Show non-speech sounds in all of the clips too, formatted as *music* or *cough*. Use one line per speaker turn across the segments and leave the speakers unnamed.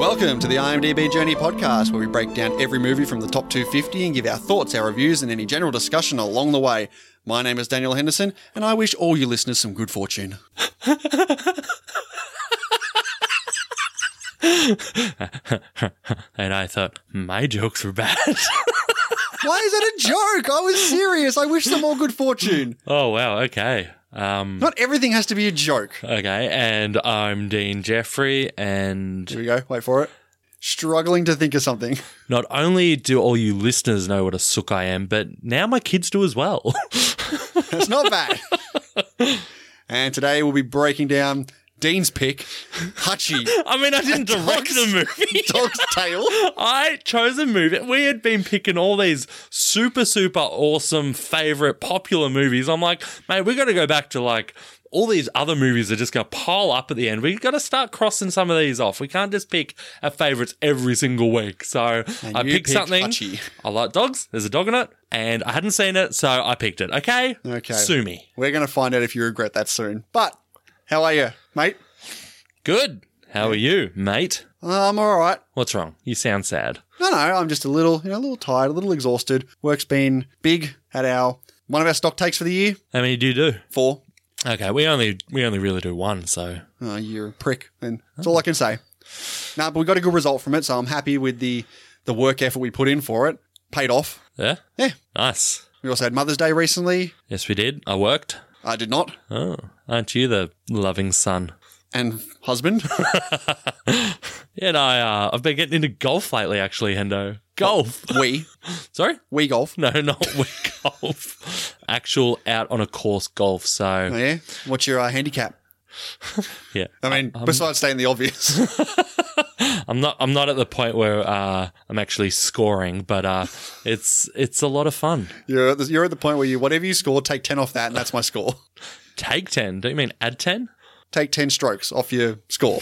Welcome to the IMDb Journey podcast, where we break down every movie from the top 250 and give our thoughts, our reviews, and any general discussion along the way. My name is Daniel Henderson, and I wish all you listeners some good fortune.
and I thought my jokes were bad. *laughs*
Why is that a joke? I was serious. I wish them all good fortune.
oh wow, okay. Um
Not everything has to be a joke.
okay, and I'm Dean Jeffrey and
Here we go. Wait for it. Struggling to think of something. *laughs*
not only do all you listeners know what a sook I am, but now my kids do as well. *laughs*
That's not bad. and today we'll be breaking down Dean's pick, Hutchie,
I mean, I didn't direct
Dog's-
the movie.
Dog's Tail.
I chose a movie. We had been picking all these super, super awesome, favorite, popular movies. I'm like, mate, we got to go back to like all these other movies that just going to pile up at the end. we got to start crossing some of these off. We can't just pick our favorites every single week. So
And
I
you
picked
picked
something.
Hutchie.
I like dogs. There's a dog in it. And I hadn't seen it, so I picked it. Okay?
Okay.
Sue me.
We're going to find out if you regret that soon. But how are you, mate?
Good. How are you, mate?
I'm Um, all right.
What's wrong? You sound sad.
No, no, I'm just a little, you know, a little tired, a little exhausted. Work's been big at our one of our stock takes for the year.
How many do you do?
Four.
Okay, we only we only really do one, so
Oh, you're a prick, and that's all I can say. No, but we got a good result from it, so I'm happy with the the work effort we put in for it. Paid off.
yeah,
Yeah.
nice.
We also had Mother's Day recently.
Yes, we did. I worked.
I did not.
Oh, aren't you the loving son?
And husband.
Yeah, no, I, uh, I've been getting into golf lately, actually, Hendo. Golf.
we.
Sorry?
We golf.
No, not *laughs* we golf. Actual out on a course golf.
Oh,
So,
yeah. What's your uh, handicap?
yeah.
I mean, besides stating the obvious. *laughs*
I'm not I'm not at the point where uh, I'm actually scoring, but uh, it's it's a lot of fun.
You're at, the, you're at the point where you, whatever you score, take 10 off that, and that's my score.
Take 10. Don't you mean add 10?
Take 10 strokes off your score.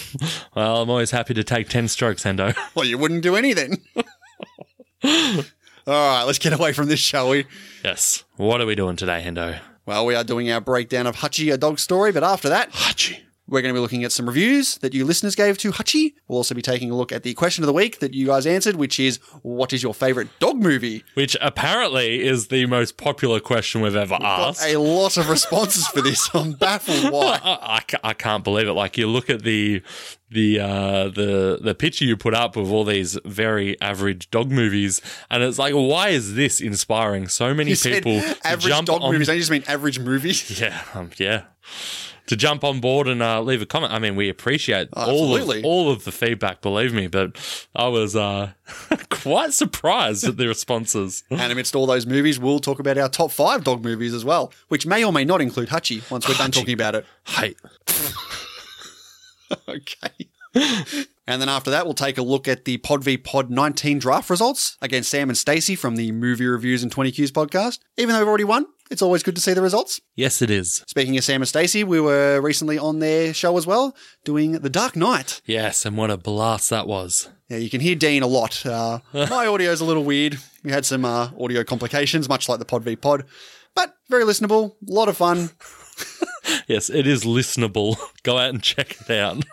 Well, I'm always happy to take 10 strokes, Hendo. *laughs*
Well, you wouldn't do anything. All right, let's get away from this, shall we?
yes. What are we doing today, Hendo?
Well, we are doing our breakdown of Hutchie, a dog story, but after that,
Hachi.
we're going to be looking at some reviews that you listeners gave to Hutchie. We'll also be taking a look at the question of the week that you guys answered, which is what is your favorite dog movie?
Which apparently is the most popular question we've ever asked.
A lot of responses for this. I'm baffled
*laughs*
why.
I, I ca- I can't believe it. Like you look at the the uh, the the picture you put up with all these very average dog movies, and it's like, why is this inspiring so many
You said
people to
average
jump
dog
on?
movies. Don't you just mean average
*laughs*
movies?
Yeah, um, yeah. To jump on board and uh, leave a comment. I mean, we appreciate all
Oh, absolutely.
of, all of the feedback, believe me. But I was uh, *laughs* quite surprised at the responses.
And amidst all those movies, we'll talk about our top five dog movies as well, which may or may not include Hutchie once we're done talking about it.
Hey,
*laughs* okay. and then after that, we'll take a look at the Pod v Pod 19 draft results against Sam and Stacey from the Movie Reviews and 20Qs podcast. Even though we've already won, it's always good to see the results.
yes, it is.
Speaking of Sam and Stacey, we were recently on their show as well, doing The Dark Knight.
Yes, and what a blast that was.
Yeah, you can hear Dean a lot. Uh, my audio's a little weird. We had some uh, audio complications, much like the Pod v Pod, but very listenable, a lot of fun.
Yes, it is listenable. *laughs* Go out and check it out.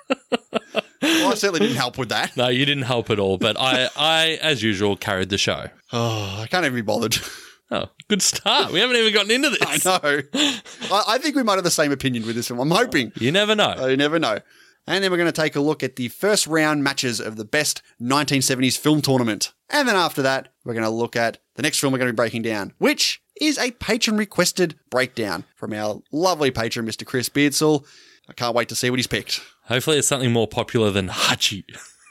Well, I certainly didn't help with that. *sighs*
No, you didn't help at all, but
*laughs*
I, I as usual, carried the show.
Oh, I can't even be bothered. *laughs*
Oh, good start. We haven't even gotten into
I
this.
know. I, I think we might have the same opinion with this one. I'm hoping.
You never know.
Oh, you never know. And then we're going to take a look at the first round matches of the best 1970s film tournament. And then after that, we're going to look at the next film we're going to be breaking down, which is a patron requested breakdown from our lovely patron, Mr. Chris Beardsall. I can't wait to see what he's picked.
Hopefully, it's something more popular than Hachi.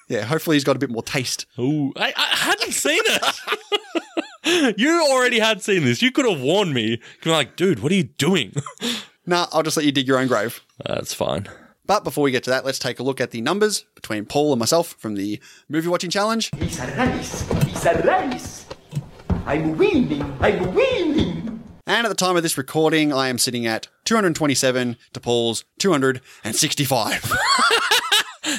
Yeah, hopefully he's got a bit more taste.
Ooh, I, I hadn't seen it. *laughs* you already had seen this. You could have warned me. You're like, dude, what are you doing? *laughs*
Nah, I'll just let you dig your own grave.
That's fine.
But before we get to that, let's take a look at the numbers between Paul and myself from the movie watching challenge.
It's a race. It's a race. I'm winning. I'm winning.
And at the time of this recording, I am sitting at 227 to Paul's *laughs* 265.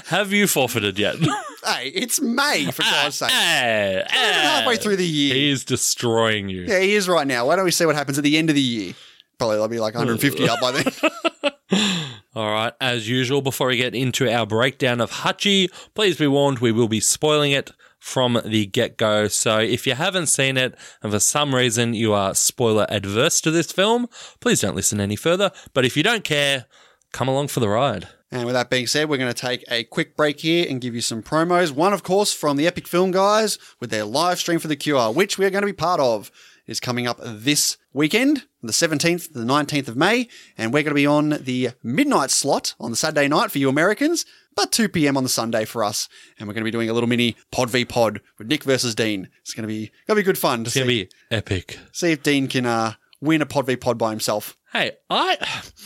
Have you forfeited
*laughs*
yet?
hey, it's May, for God's sake.
hey,
We're halfway through the year.
ah, eh. He is destroying you.
Yeah, he is right now. Why don't we see what happens at the end of the year? Probably I'll be like 150 up by then.
All right, as usual, before we get into our breakdown of Hachi, please be warned we will be spoiling it from the get go. So if you haven't seen it and for some reason you are spoiler adverse to this film, please don't listen any further. But if you don't care, come along for the ride.
And with that being said, we're going to take a quick break here and give you some promos. One, of course, from the Epic Film Guys with their live stream for The Cure, which we're going to be part of. Is coming up this weekend, the 17th to the 19th of May, and we're going to be on the midnight slot on the Saturday night for you Americans, but 2 p.m. on the Sunday for us. And we're going to be doing a little mini Pod v Pod with Nick versus Dean. It's going to be going to be good fun to
It's going
see,
to be epic.
see if Dean can uh, win a Pod v Pod by himself.
Hey, I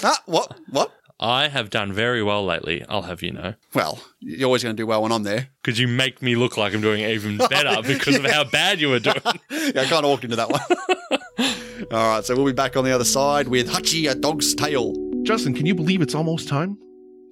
Ah, what? What?
I have done very well lately, I'll have you know.
Well, you're always going to do well when I'm there.
Because you make me look like I'm doing even *laughs* better because of how bad you were doing.
yeah, I kind of walked into that one. All right, so we'll be back on the other side with Hachi, a dog's tail.
Justin, can you believe it's almost time?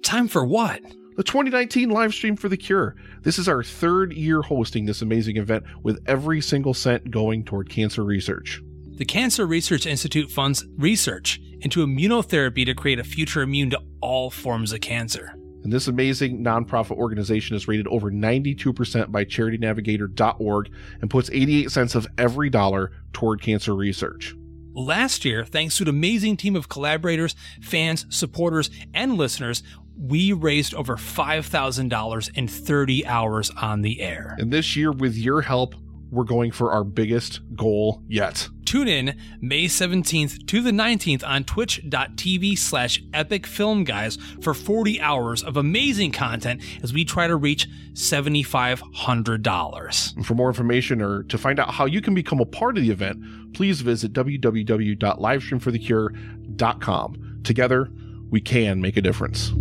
Time for what?
The 2019 live stream for The Cure. This is our third year hosting this amazing event with every single cent going toward cancer research.
The Cancer Research Institute funds research into immunotherapy to create a future immune to all forms of cancer.
And this amazing nonprofit organization is rated over 92% by charitynavigator.org and puts 88 cents of every dollar toward cancer research.
Last year, thanks to an amazing team of collaborators, fans, supporters, and listeners, we raised over $5,000 in 30 hours on the air.
And this year, with your help, we're going for our biggest goal yet.
Tune in May 17th to the 19th on twitch.tv slash epic film guys for 40 hours of amazing content as we try to reach $7,500.
For more information or to find out how you can become a part of the event, please visit www.livestreamforthecure.com. Together, we can make a difference.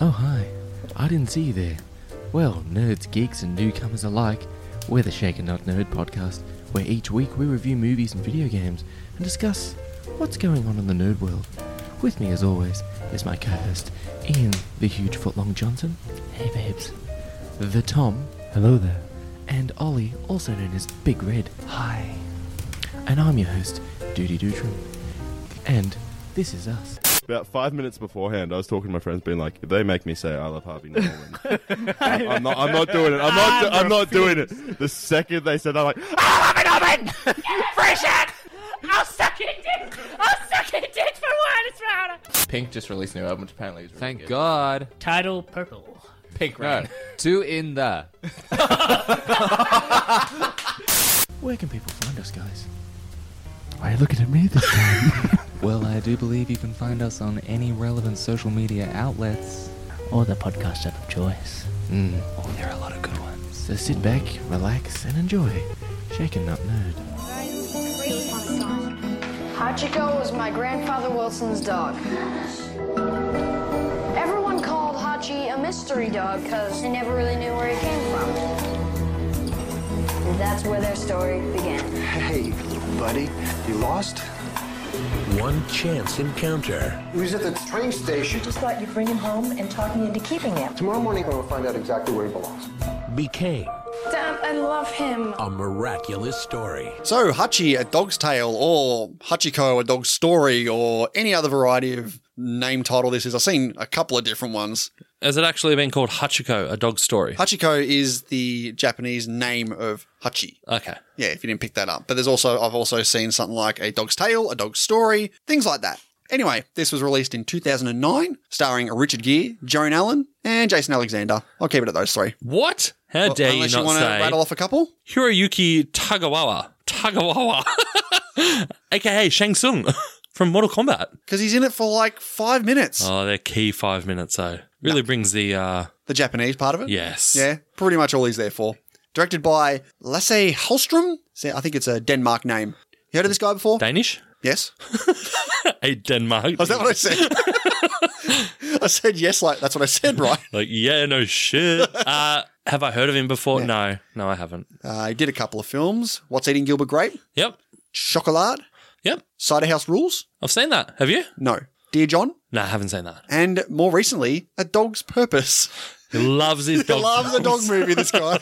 Oh, hi. I didn't see you there. Well, nerds, geeks, and newcomers alike, we're the Shake and Not Nerd podcast, where each week we review movies and video games and discuss what's going on in the nerd world. With me, as always, is my co host, Ian the Huge Footlong Johnson. Hey, babes. The Tom. Hello there. And Ollie, also known as Big Red. Hi. And I'm your host, Doody Dootram. And this is us.
About five minutes beforehand, I was talking to my friends, being like, if they make me say I love Harvey Norman, I'm, I'm not, I'm not doing it. I'm not, do- I'm not doing it. The second they said that, I'm like, "Ah!"
I'll suck it dick. I'll suck it dick for one. It's round.
Pink just released a new album, which apparently is really
Thank
good.
God.
Title purple.
Pink
No,
Rain.
two in there.
Where can people find us, guys? Why are you looking at me this time?
Well, I do believe you can find us on any relevant social media outlets.
Or the podcast app of choice.
Mm.
Oh, there are a lot of good ones.
So sit back, relax, and enjoy. Shake and Not Nerd.
Hachiko was my grandfather Wilson's dog. Everyone called Hachi a mystery dog because they never really knew where he came from. And that's where their story began.
Hey, little buddy, you lost?
One chance encounter.
He was at the train station.
Just thought you'd bring him home and talk me into keeping him.
Tomorrow morning, I will find out exactly where he belongs.
Became
Damn, I love him.
a miraculous story.
So, Hachi, a dog's tale, or Hachiko, a dog's story, or any other variety of name title this is. I've seen a couple of different ones.
Has it actually been called Hachiko, a dog story?
Hachiko is the Japanese name of Hachi.
Okay.
Yeah, if you didn't pick that up. But there's also I've also seen something like A Dog's Tale, A Dog's Story, things like that. Anyway, this was released in 2009, starring Richard Gere, Joan Allen, and Jason Alexander. I'll keep it at those three.
What? How
Well,
dare you
unless
not
you want to
say
rattle off a couple?
Hiroyuki Tagawawa. Tagawawa. *laughs* AKA Shang Tsung *laughs* from Mortal Kombat.
Because he's in it for like five minutes.
Oh, they're key five minutes though. Really brings the uh
the Japanese part of it?
yes.
Yeah, pretty much all he's there for. Directed by Lasse Hallström. So I think it's a Denmark name. You heard of this guy before?
Danish?
yes.
Hey Denmark.
Was Oh, that what I said? I said *laughs* yes, like that's what I said, right?
like, yeah, no shit.
*laughs*
uh have I heard of him before? No. No, I haven't.
Uh, he did a couple of films. What's Eating Gilbert Grape?
Yep.
Chocolat?
Yep.
Cider House Rules?
I've seen that. Have you?
No. Dear John?
No, I haven't seen that.
And more recently, A Dog's Purpose.
He loves
*laughs*
his dog.
loves a dog
films.
movie, this guy.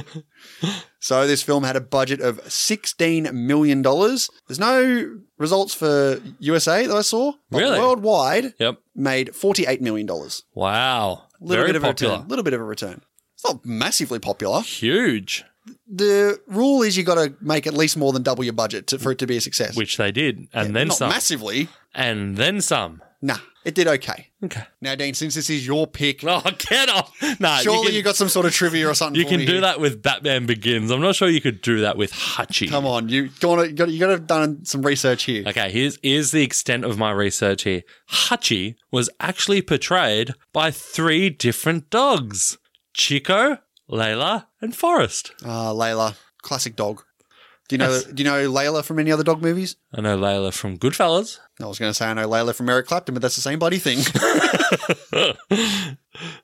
*laughs*
so this film had a budget of $16 million. There's no results for USA that I saw. but
Really?
Worldwide,
Yep.
made $48 million. Little
Wow. Very
bit of a
popular.
return. Little bit of a return. It's not massively popular.
Huge.
The rule is you got to make at least more than double your budget to, for it to be a success.
Which they did. And then
not
some.
massively.
And then some.
Nah, it did okay.
Okay.
Now, Dean, since this is your pick,
*laughs* Oh, get off. Nah,
surely you,
you can,
got some sort of trivia or something.
you
for
can
me
do
here.
that with Batman Begins. I'm not sure you could do that with Hutchie.
Come on, you got to you got to have done some research here.
Okay, here's, here's the extent of my research here. Hutchie was actually portrayed by three different dogs Chico, Layla, and Forrest.
Ah, Layla, classic dog. Do you know Do you know Layla from any other dog movies?
I know Layla from Goodfellas. *laughs*
I was going to say I know Layla from Eric Clapton, but that's the same bloody thing.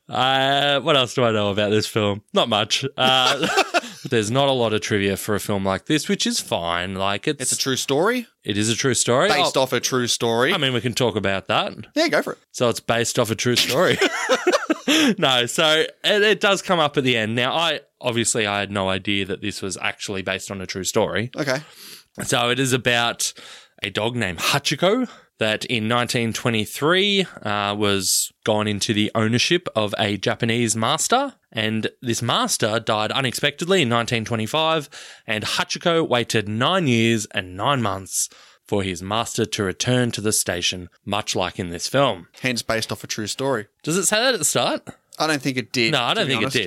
uh, what else do I know about this film? Not much. Uh,
*laughs*
there's not a lot of trivia for a film like this, which is fine. Like it's,
it's a true story
it is a true story.
based
Oh,
off a true story.
I mean, we can talk about that.
yeah, go for it.
So it's based off a true story. *laughs* no, so it, it does come up at the end. Now, I obviously I had no idea that this was actually based on a true story.
Okay.
So it is about a dog named Hachiko that in 1923 uh, was gone into the ownership of a Japanese master. And this master died unexpectedly in 1925, and Hachiko waited nine years and nine months for his master to return to the station, much like in this film.
Hence, based off a true story.
Does it say that at the start?
I don't think it did.
No, I
to
don't
be
think
honest.
it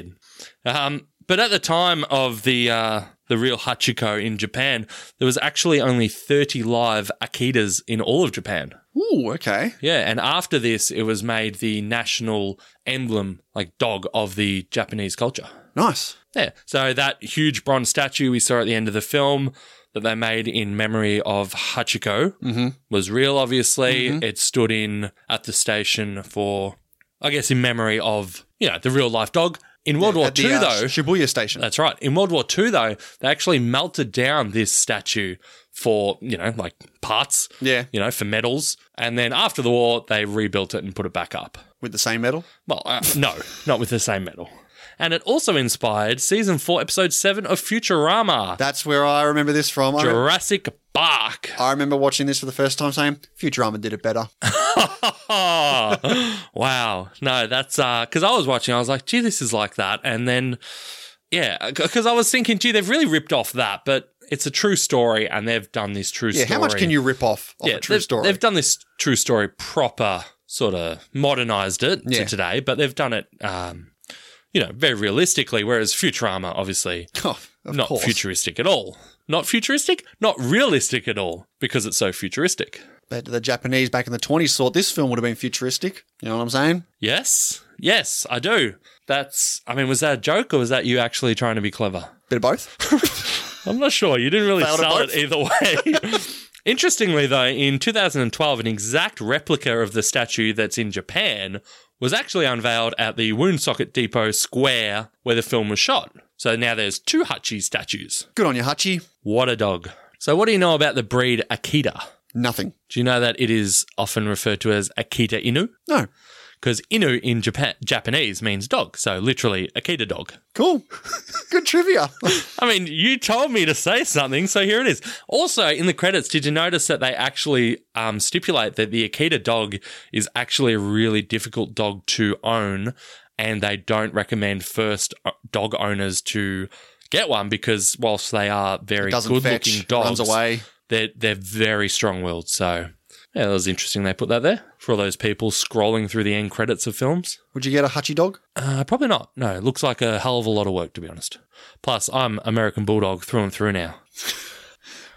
did. Um, but at the time of the uh, the real Hachiko in Japan, there was actually only 30 live Akitas in all of Japan.
Ooh, okay.
Yeah, and after this, it was made the national emblem, like dog of the Japanese culture.
Nice.
Yeah, so that huge bronze statue we saw at the end of the film that they made in memory of Hachiko
Mm-hmm.
was real, obviously. It stood in at the station for, I guess, in memory of, you know, the real life dog. In World War
At the,
II,
uh,
though,
Shibuya Station.
that's right. In World War II, though, they actually melted down this statue for, you know, like parts.
Yeah.
You know, for medals. And then after the war, they rebuilt it and put it back up.
with the same medal.
Well, uh, no, not with the same medal. And it also inspired season four, episode seven of Futurama
That's where I remember this from. I, re-
Jurassic Park. *laughs*
I remember watching this for the first time, saying Futurama did it better.
wow. No, that's because I was watching, I was like, gee, this is like that. And then, yeah, because I was thinking, gee, they've really ripped off that, but it's a true story and they've done this true
Yeah,
story.
how much can you rip off of
yeah,
a true
they've,
story?
They've done this true story proper, sort of modernized it
Yeah.
to today, but they've done it, um, you know, very realistically. Whereas Futurama, obviously,
*laughs* Oh, of
not
course.
futuristic at all. Not futuristic, not realistic at all, because it's so futuristic.
But the Japanese back in the 20s thought this film would have been futuristic. You know what I'm saying?
Yes, yes, I do. That's, I mean, was that a joke or was that you actually trying to be clever?
Bit of both. *laughs*
I'm not sure. You didn't really
Failed at
sell
both.
it either way.
*laughs*
Interestingly, though, in 2012, an exact replica of the statue that's in Japan was actually unveiled at the Woonsocket Depot Square where the film was shot. So now there's two Hachi statues.
Good on you, Hachi.
What a dog. So, what do you know about the breed Akita?
Nothing.
Do you know that it is often referred to as Akita Inu?
No.
Because Inu in Japan- Japanese means dog. So, literally, Akita dog.
Cool. *laughs* Good trivia.
I mean, you told me to say something, so here it is. Also, in the credits, did you notice that they actually um, stipulate that the Akita dog is actually a really difficult dog to own, and they don't recommend first uh, dog owners to get one because whilst they are very
Doesn't
good-looking
fetch.
dogs,
Runs away.
they're they're very strong-willed. So, yeah, that was interesting. They put that there for all those people scrolling through the end credits of films.
Would you get a Hachi dog?
Uh, probably not. No, it looks like a hell of a lot of work, to be honest. Plus, I'm American Bulldog through and through now.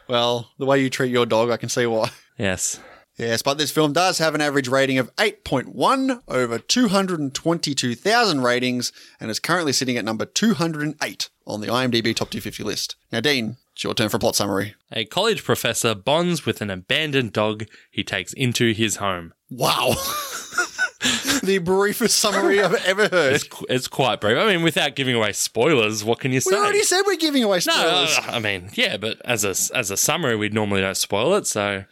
Well, the way you treat your dog, I can see why. *laughs*
Yes.
Yes, but this film does have an average rating of 8.1 over 222,000 ratings and is currently sitting at number 208 on the IMDb Top 250 list. Now, Dean, it's your turn for plot summary.
A college professor bonds with an abandoned dog he takes into his home.
Wow. *laughs* the briefest summary I've ever heard.
It's, qu- it's quite brief. I mean, without giving away spoilers, what can you say?
We already said we're giving away
no,
spoilers.
uh, I mean, yeah, but as a as a summary, we normally don't spoil it. So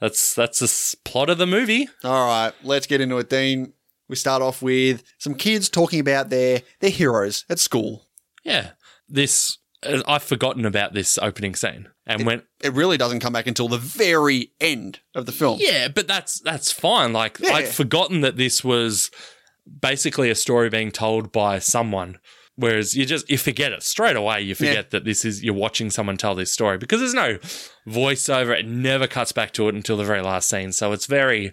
that's that's the s- plot of the movie.
All right, let's get into it, Dean. We start off with some kids talking about their their heroes at school.
Yeah. This, uh, I've forgotten about this opening scene. And when,
It really doesn't come back until the very end of the film.
yeah, but that's, that's fine. Like,
Yeah.
I'd forgotten that this was basically a story being told by someone. Whereas you just, you forget it straight away. You forget that this is, you're watching someone tell this story because there's no voiceover. It never cuts back to it until the very last scene. So it's very,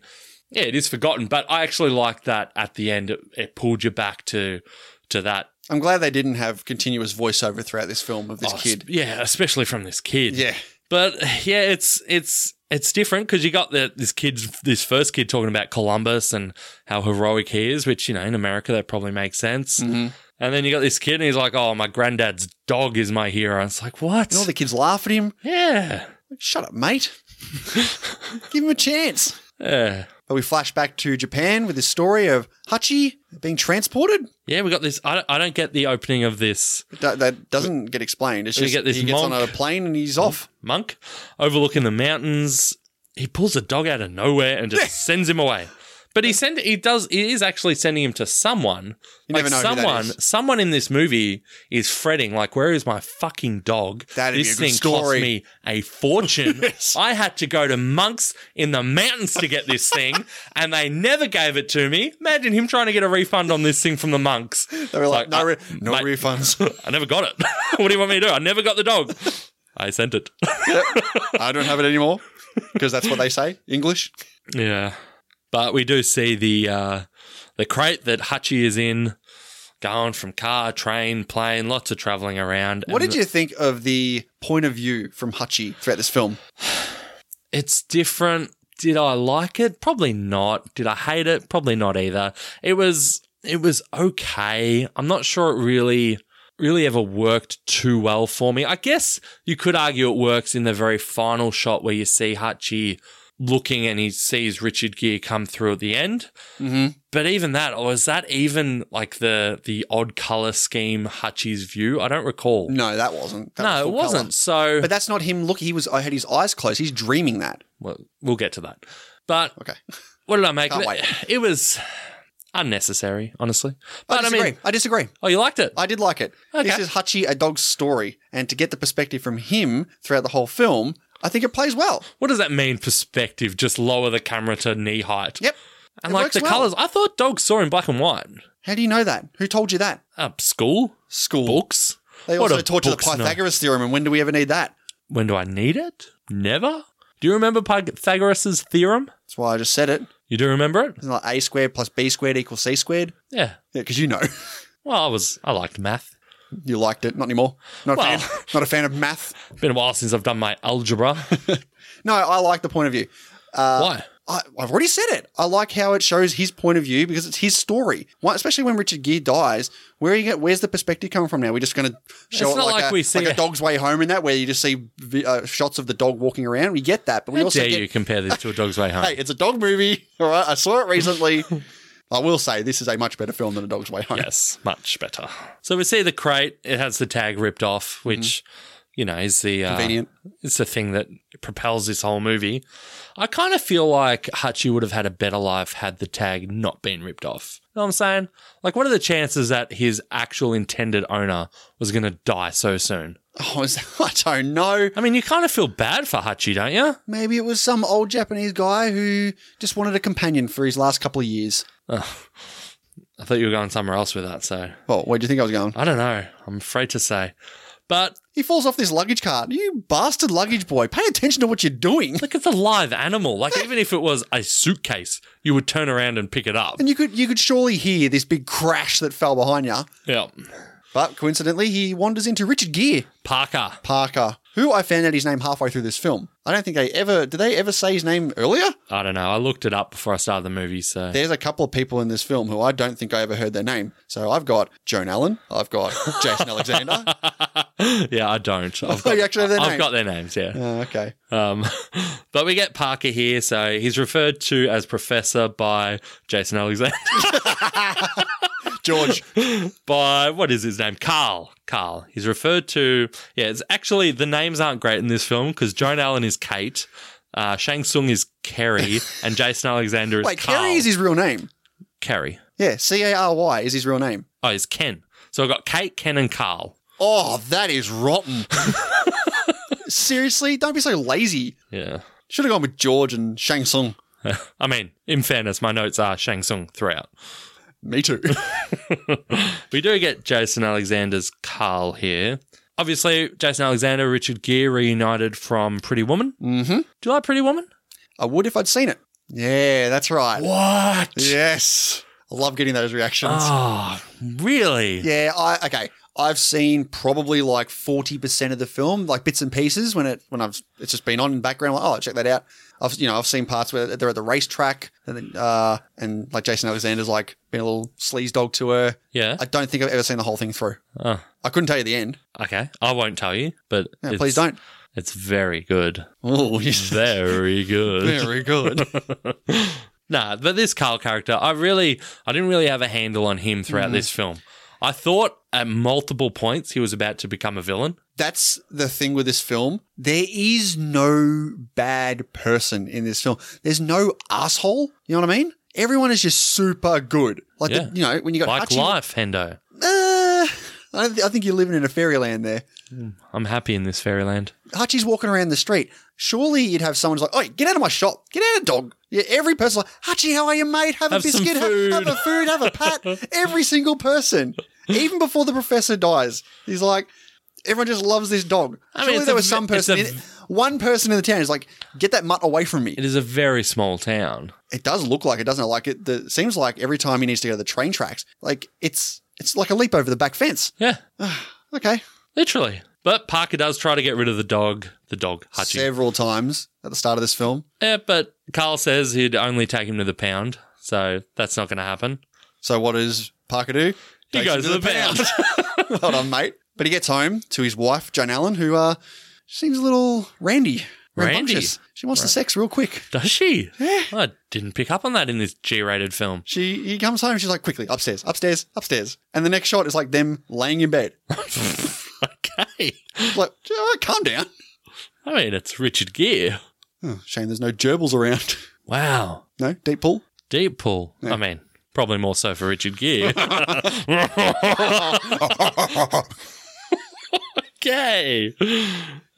yeah, it is forgotten. But I actually like that at the end. It, it pulled you back to, to that
I'm glad they didn't have continuous voiceover throughout this film of this
Oh,
kid.
sp- Yeah, especially from this kid.
Yeah.
But yeah, it's it's it's different because you got the, this kid's this first kid talking about Columbus and how heroic he is, which you know in America that probably makes sense.
Mm-hmm.
And then you got this kid, and he's like, "Oh, my granddad's dog is my hero." And it's like, what?
And all the kids laugh at him.
yeah,
Like, Shut up,
*laughs*
mate. Give him a chance.
yeah,
But we flash back to Japan with this story of Hachi being transported.
yeah. We got this. I don't, I don't get the opening of this
That, that doesn't get explained. It's
We
just
get this
he gets on a
monk-
plane and he's off.
monk overlooking the mountains. He pulls a dog out of nowhere and just
*laughs*
sends him away. But he send he does he is actually sending him to someone.
You
like
never know who that
someone
is.
someone in this movie is fretting like where is my fucking dog?
That'd be
this
a good
thing
story."
cost me
*laughs*
a fortune. I had to go to monks in the mountains to get this thing
*laughs*
and they never gave it to me. Imagine him trying to get a refund on this thing from the monks.
*laughs* They were like,
Like,
no,
I-
re- no
mate-
refunds.
*laughs* I never got it. what do you want me to do? I never got
*laughs*
the dog. I sent it.
I don't have it anymore because that's what they say, English.
Yeah. But we do see the uh, the crate that Hutchie is in, going from car, train, plane, lots of traveling around.
What
And
did you think of the point of view from Hachi throughout this film?
It's different. Did I like it? Probably not. Did I hate it? Probably not either. It was it was okay. I'm not sure it really really ever worked too well for me. I guess you could argue it works in the very final shot where you see Hutchie looking and he sees Richard Gere come through at the end.
Mm-hmm.
But even that, or is that even like the the odd color scheme Hutchie's view? I don't recall.
No, that wasn't. That
No,
was
it
full
wasn't.
colour.
So
But that's not him. Look, he was. I had his eyes closed. He's dreaming that.
well, we'll get to that. But
Okay.
what did I make? of
Can't
it?
wait.
It was unnecessary, honestly.
I
But I,
disagree. I,
mean,
disagree.
oh, you liked it?
I did like it. This
Okay.
is Hachi, a dog's story, and to get the perspective from him throughout the whole film, I think it plays well.
what does that mean? Perspective? Just lower the camera to knee height.
Yep.
And
It
like
works
the
well.
colors, I thought dogs saw in black and white.
How do you know that? Who told you that?
Uh, school
School.
books.
They
What
also
do
taught you the
books know?
Pythagoras theorem, and when do we ever need that?
When do I need it? Never. Do you remember Pythagoras' theorem?
That's why I just said it.
You do remember it?
Isn't it like a squared plus b squared equals c squared?
Yeah.
Yeah, because you know, *laughs*
Well, I was I liked math.
you liked it. Not anymore. Not a,
Well-
fan, *laughs* not a fan of math.
Been a while since I've done my algebra.
*laughs* No, I like the point of view. Uh,
Why?
I, I've already said it. I like how it shows his point of view because it's his story. Why, especially when Richard Gere dies, where are you get, where's the perspective coming from now? We're just going to show
It's
it
not
like,
like
a,
we see
like a
it.
dog's way home and that, where you just see vi- uh, shots of the dog walking around. We get that, but we
How
also
dare
get
you compare this to a
*laughs*
dog's way home?
hey, it's a dog movie. *laughs* All right, I saw it
*laughs*
recently. I will say this is a much better film than A Dog's Way Home.
Yes, much better. So we see the crate. It has the tag ripped off, which you know is the uh,
Convenient.
It's the thing that propels this whole movie. I kind of feel like Hutchie would have had a better life had the tag not been ripped off. You know what I'm saying? Like, what are the chances that his actual intended owner was going to die so soon?
Oh, is that, *laughs* I don't know.
I mean, you kind of feel bad for Hutchie, don't you?
Maybe it was some old Japanese guy who just wanted a companion for his last couple of years.
I thought you were going somewhere else with that. So
Well, where do you think I was going?
I don't know. I'm afraid to say. But
He falls off this luggage cart. You bastard luggage boy. Pay attention to what you're doing. *laughs*
Like it's a live animal. Like even if it was a suitcase, you would turn around and pick it up.
And you could you could surely hear this big crash that fell behind you.
Yeah.
But coincidentally, he wanders into Richard Gere
Parker.
Parker, who I found out his name halfway through this film. I don't think they ever did they ever say his name earlier?
I don't know. I looked it up before I started the movie, so
There's a couple of people in this film who I don't think I ever heard their name. So I've got Joan Allen, I've got *laughs* Jason Alexander.
yeah, I don't. I've
Oh,
got,
you actually have their
I've
name.
got their names, yeah.
Uh, okay.
Um, *laughs* but we get Parker here, so he's referred to as Professor by Jason Alexander. *laughs*
George.
by what is his name? Carl. Carl. He's referred to. Yeah, it's actually the names aren't great in this film because Joan Allen is Kate, uh, Shang Tsung is Kerry, and Jason Alexander is
Wait,
Carl.
Carrie is his real name.
Carrie.
Yeah, C A R Y is his real name.
Oh, it's Ken. So I got Kate, Ken, and Carl.
Oh, that is rotten. *laughs* Seriously, don't be so lazy.
Yeah.
Should have gone with George and Shang Tsung.
I mean, in fairness, my notes are Shang Tsung throughout.
Me *laughs* too.
we do get Jason Alexander's Carl here. Obviously, Jason Alexander, Richard Gere reunited from Pretty Woman.
Mm-hmm.
Do you like Pretty Woman?
I would if I'd seen it. Yeah, that's right.
What?
Yes. I love getting those reactions.
Oh, really?
Ah. Yeah, I okay. I've seen probably like forty percent of the film, like bits and pieces when it when I've it's just been on in the background. Like, oh, check that out. I've you know I've seen parts where they're at the racetrack and then, uh and like Jason Alexander's like being a little sleaze dog to her.
Yeah.
I don't think I've ever seen the whole thing through.
Oh,
I couldn't tell you the end.
okay. I won't tell you, but
Yeah,
it's-
please don't.
It's very good.
Oh, *laughs* yes.
Very good.
Very
*laughs*
good.
Nah, but this Carl character, I really, I didn't really have a handle on him throughout
Mm.
this film. I thought at multiple points he was about to become a villain.
That's the thing with this film. There is no bad person in this film. There's no asshole. You know what I mean? Everyone is just super good. Like
Yeah.
the, you know when you got
like
Hachi-
life, Hendo.
Uh, I, don't thi- I think you're living in a fairyland there.
I'm happy in this fairyland.
Hachi's walking around the street. Surely you'd have someone who's like, "Oi, get out of my shop! Get out of dog!" Yeah, every person's like, "Hachi, how are you, mate? Have,
Have
a
some
biscuit, ha-
food."
Have, a food, have a
*laughs*
pat." every single person, even before the professor dies, he's like, "Everyone just loves this dog."
I mean,
Surely
it's
there
a
was
v-
some
it's
person,
a
in
v-
one person in the town is like, "Get that mutt away from me."
It is a very small town.
it does look like it, doesn't it? Like it the, seems like every time he needs to go to the train tracks, like it's it's like a leap over the back fence.
Yeah,
Okay,
literally. But Parker does try to get rid of the dog. The dog, Hachi.
several times at the start of this film.
yeah, but Carl says he'd only take him to the pound, so that's not going to happen.
So what does Parker do?
He
Takes
goes
him
to the pound.
pound. *laughs* well done, mate. But he gets home to his wife, Joan Allen, who uh, seems a little randy.
Randy?
rambunctious. She wants the sex real quick.
*laughs* Does she? I didn't pick up on that in this G-rated film.
She he comes home, she's like, quickly, upstairs, upstairs, upstairs. And the next shot is like them laying in bed.
*laughs*
*laughs*
okay.
like, "Oh, calm down.
I mean, it's Richard Gere.
Oh, shame there's no gerbils around. *laughs*
Wow.
no, deep pool.
Deep pool. I mean, probably more so for Richard Gere. okay.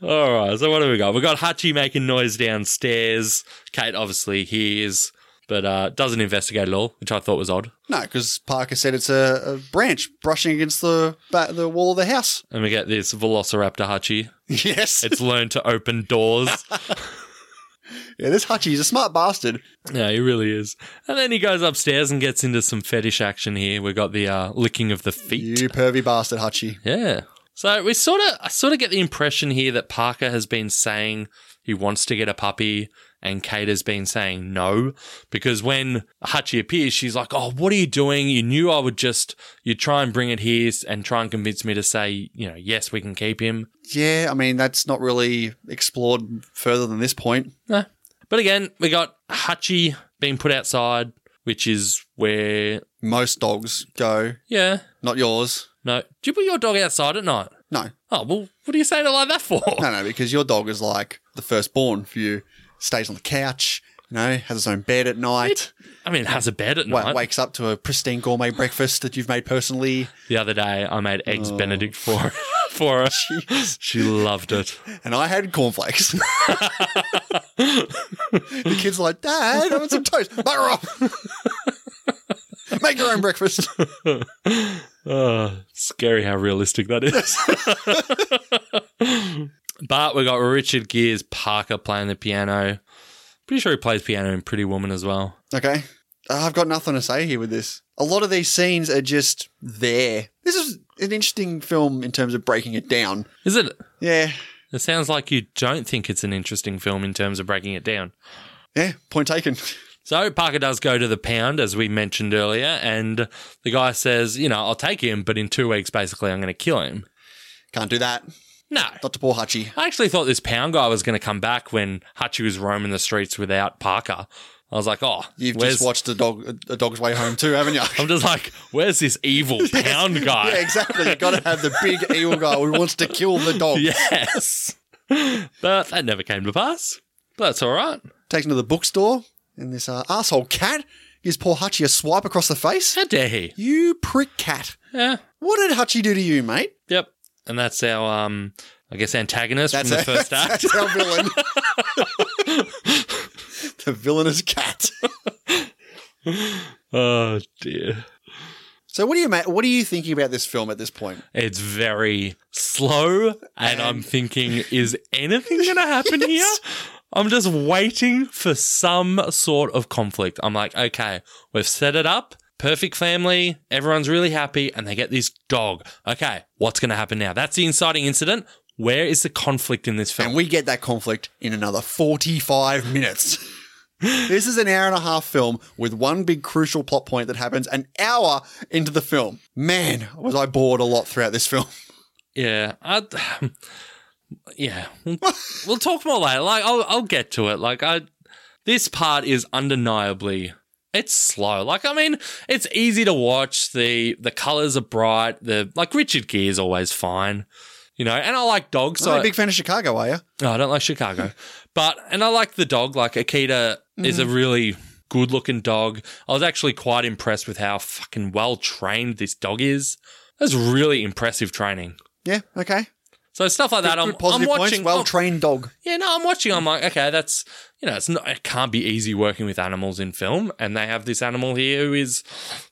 All right. So what have we got? We got Hachi making noise downstairs. Kate obviously hears, but uh, doesn't investigate at all, which I thought was odd.
No, because Parker said it's a, a branch brushing against the ba- the wall of the house. *laughs*
And we get this Velociraptor Hachi.
Yes.
It's learned to open doors.
yeah, this Hutchie's a smart bastard.
Yeah, he really is. And then he goes upstairs and gets into some fetish action here. We got the uh, licking of the feet.
You pervy bastard, Hutchie.
Yeah. So we sort of, I sort of get the impression here that Parker has been saying he wants to get a puppy, and Kate has been saying no because when Hachi appears, she's like, "Oh, what are you doing? You knew I would just you try and bring it here and try and convince me to say, you know, yes, we can keep him."
Yeah, I mean that's not really explored further than this point.
No. But again, we got Hachi being put outside, which is where,
Most dogs go,
yeah,
not yours.
no. Do you put your dog outside at night?
No,
Oh well, what are you saying it like that for? *laughs*
no, no, because your dog is like the firstborn for you. Stays on the couch, you know, has its own bed at night.
I mean, it has a bed at
wa-
night.
wakes up to a pristine gourmet breakfast that you've made personally,
The other day, I made eggs Benedict for *laughs* for her. She loved it.
and I had cornflakes. *laughs* the kid's like, Dad, I want some toast. Butter off. *laughs* Make your own breakfast.
Uh, scary how realistic that is. *laughs* but we got Richard Gere's Parker playing the piano. Pretty sure he plays piano in Pretty Woman as well.
Okay. Uh, I've got nothing to say here with this. A lot of these scenes are just there. This is an interesting film in terms of breaking it down.
Is it?
Yeah.
It sounds like you don't think it's an interesting film in terms of breaking it down.
Yeah. Point taken. *laughs*
So Parker does go to the pound, as we mentioned earlier, and the guy says, "You know, I'll take him, but in two weeks, basically, I'm going to kill him."
Can't do that.
No,
Not to poor Hutchie.
I actually thought this pound guy was going to come back when Hutchie was roaming the streets without Parker. I was like, oh,
You've
where's-
just watched a dog, a dog's way home too, haven't you?
I'm just like, where's this
*laughs*
evil pound guy?
yeah, exactly. You got to have the big evil guy who wants to kill the dog.
*laughs* Yes. but that never came to pass. But that's all right.
Takes him to the bookstore, and this uh, asshole cat gives poor Hutchie a swipe across the face. How
dare he?
You prick cat.
Yeah.
What did Hutchie do to you, mate?
Yep. And that's our, um, I guess, antagonist from the
our-
first
*laughs*
act.
That's our villain.
*laughs*
the villainous cat.
oh dear.
So what do you ma- what are you thinking about this film at this point?
It's very slow, and, I'm thinking, is anything going to happen here? I'm just waiting for some sort of conflict. I'm like, okay, we've set it up. Perfect family. Everyone's really happy, and they get this dog. Okay, what's going to happen now? That's the inciting incident. Where is the conflict in this film?
And we get that conflict in another 45 minutes. this is an hour and a half film with one big crucial plot point that happens an hour into the film. Man, was I bored a lot throughout this film.
Yeah, I, *sighs* yeah, we'll, we'll talk more later. Like, I'll I'll get to it. Like, I this part is undeniably it's slow. Like, I mean, it's easy to watch. the The colors are bright. The like Richard Gere is always fine, you know. And I like dogs. So
Not
I-
a big fan of Chicago, are you?
no, I don't like Chicago. but and I like the dog. Like Akita is
Mm-hmm.
a really good looking dog. I was actually quite impressed with how fucking well trained this dog is. That's really impressive training.
Yeah, okay.
So stuff like that. I'm,
Good positive
I'm
points.
watching.
Well
oh,
trained dog.
yeah, no, I'm watching. I'm like, okay, that's you know, it's not. It can't be easy working with animals in film, and they have this animal here who is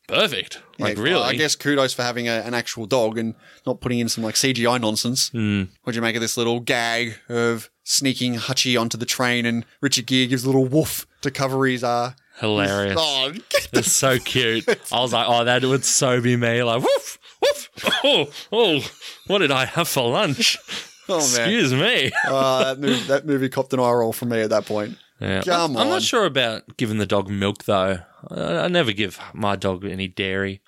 perfect. Like
Yeah,
really,
I guess kudos for having a, an actual dog and not putting in some like CGI nonsense.
Hmm.
What'd you make of this little gag of sneaking Hutchie onto the train and Richard Gere gives a little woof to cover his uh
hilarious.
Oh,
It's so cute.
*laughs*
I was like, oh, that would so be me. Like, woof, woof. Oh, oh, what did I have for lunch?
*laughs* Oh, man.
Excuse me.
Oh, that movie, that movie copped an eye roll from me at that point.
Yeah.
Come
I'm
on.
not sure about giving the dog milk, though. I, I never give my dog any dairy.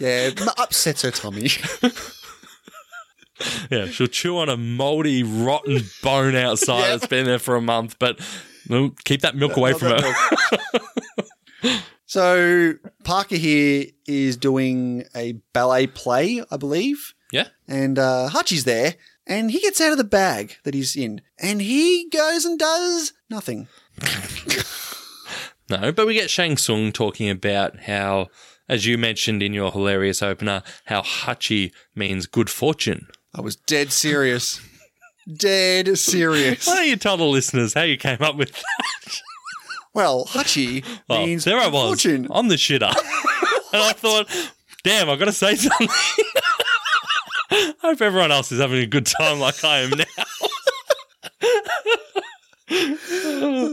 Yeah, it upsets her tummy. *laughs*
Yeah, she'll chew on a moldy, rotten bone outside that's been there for a month, but no, keep that milk away from her.
*laughs* so Parker here is doing a ballet play, I believe,
Yeah.
and uh, Hutchie's there, and he gets out of the bag that he's in, and he goes and does nothing.
No, but we get Shang Tsung talking about how, as you mentioned in your hilarious opener, how Hachi means good fortune.
I was dead serious, *laughs* dead serious.
Why don't you tell the listeners how you came up with that?
Well, Hutchie
Well,
means
Oh, there I was Oh,
fortune.
on the shitter. and I thought, damn, I've got to say something. *laughs* I hope everyone else is having a good time like I am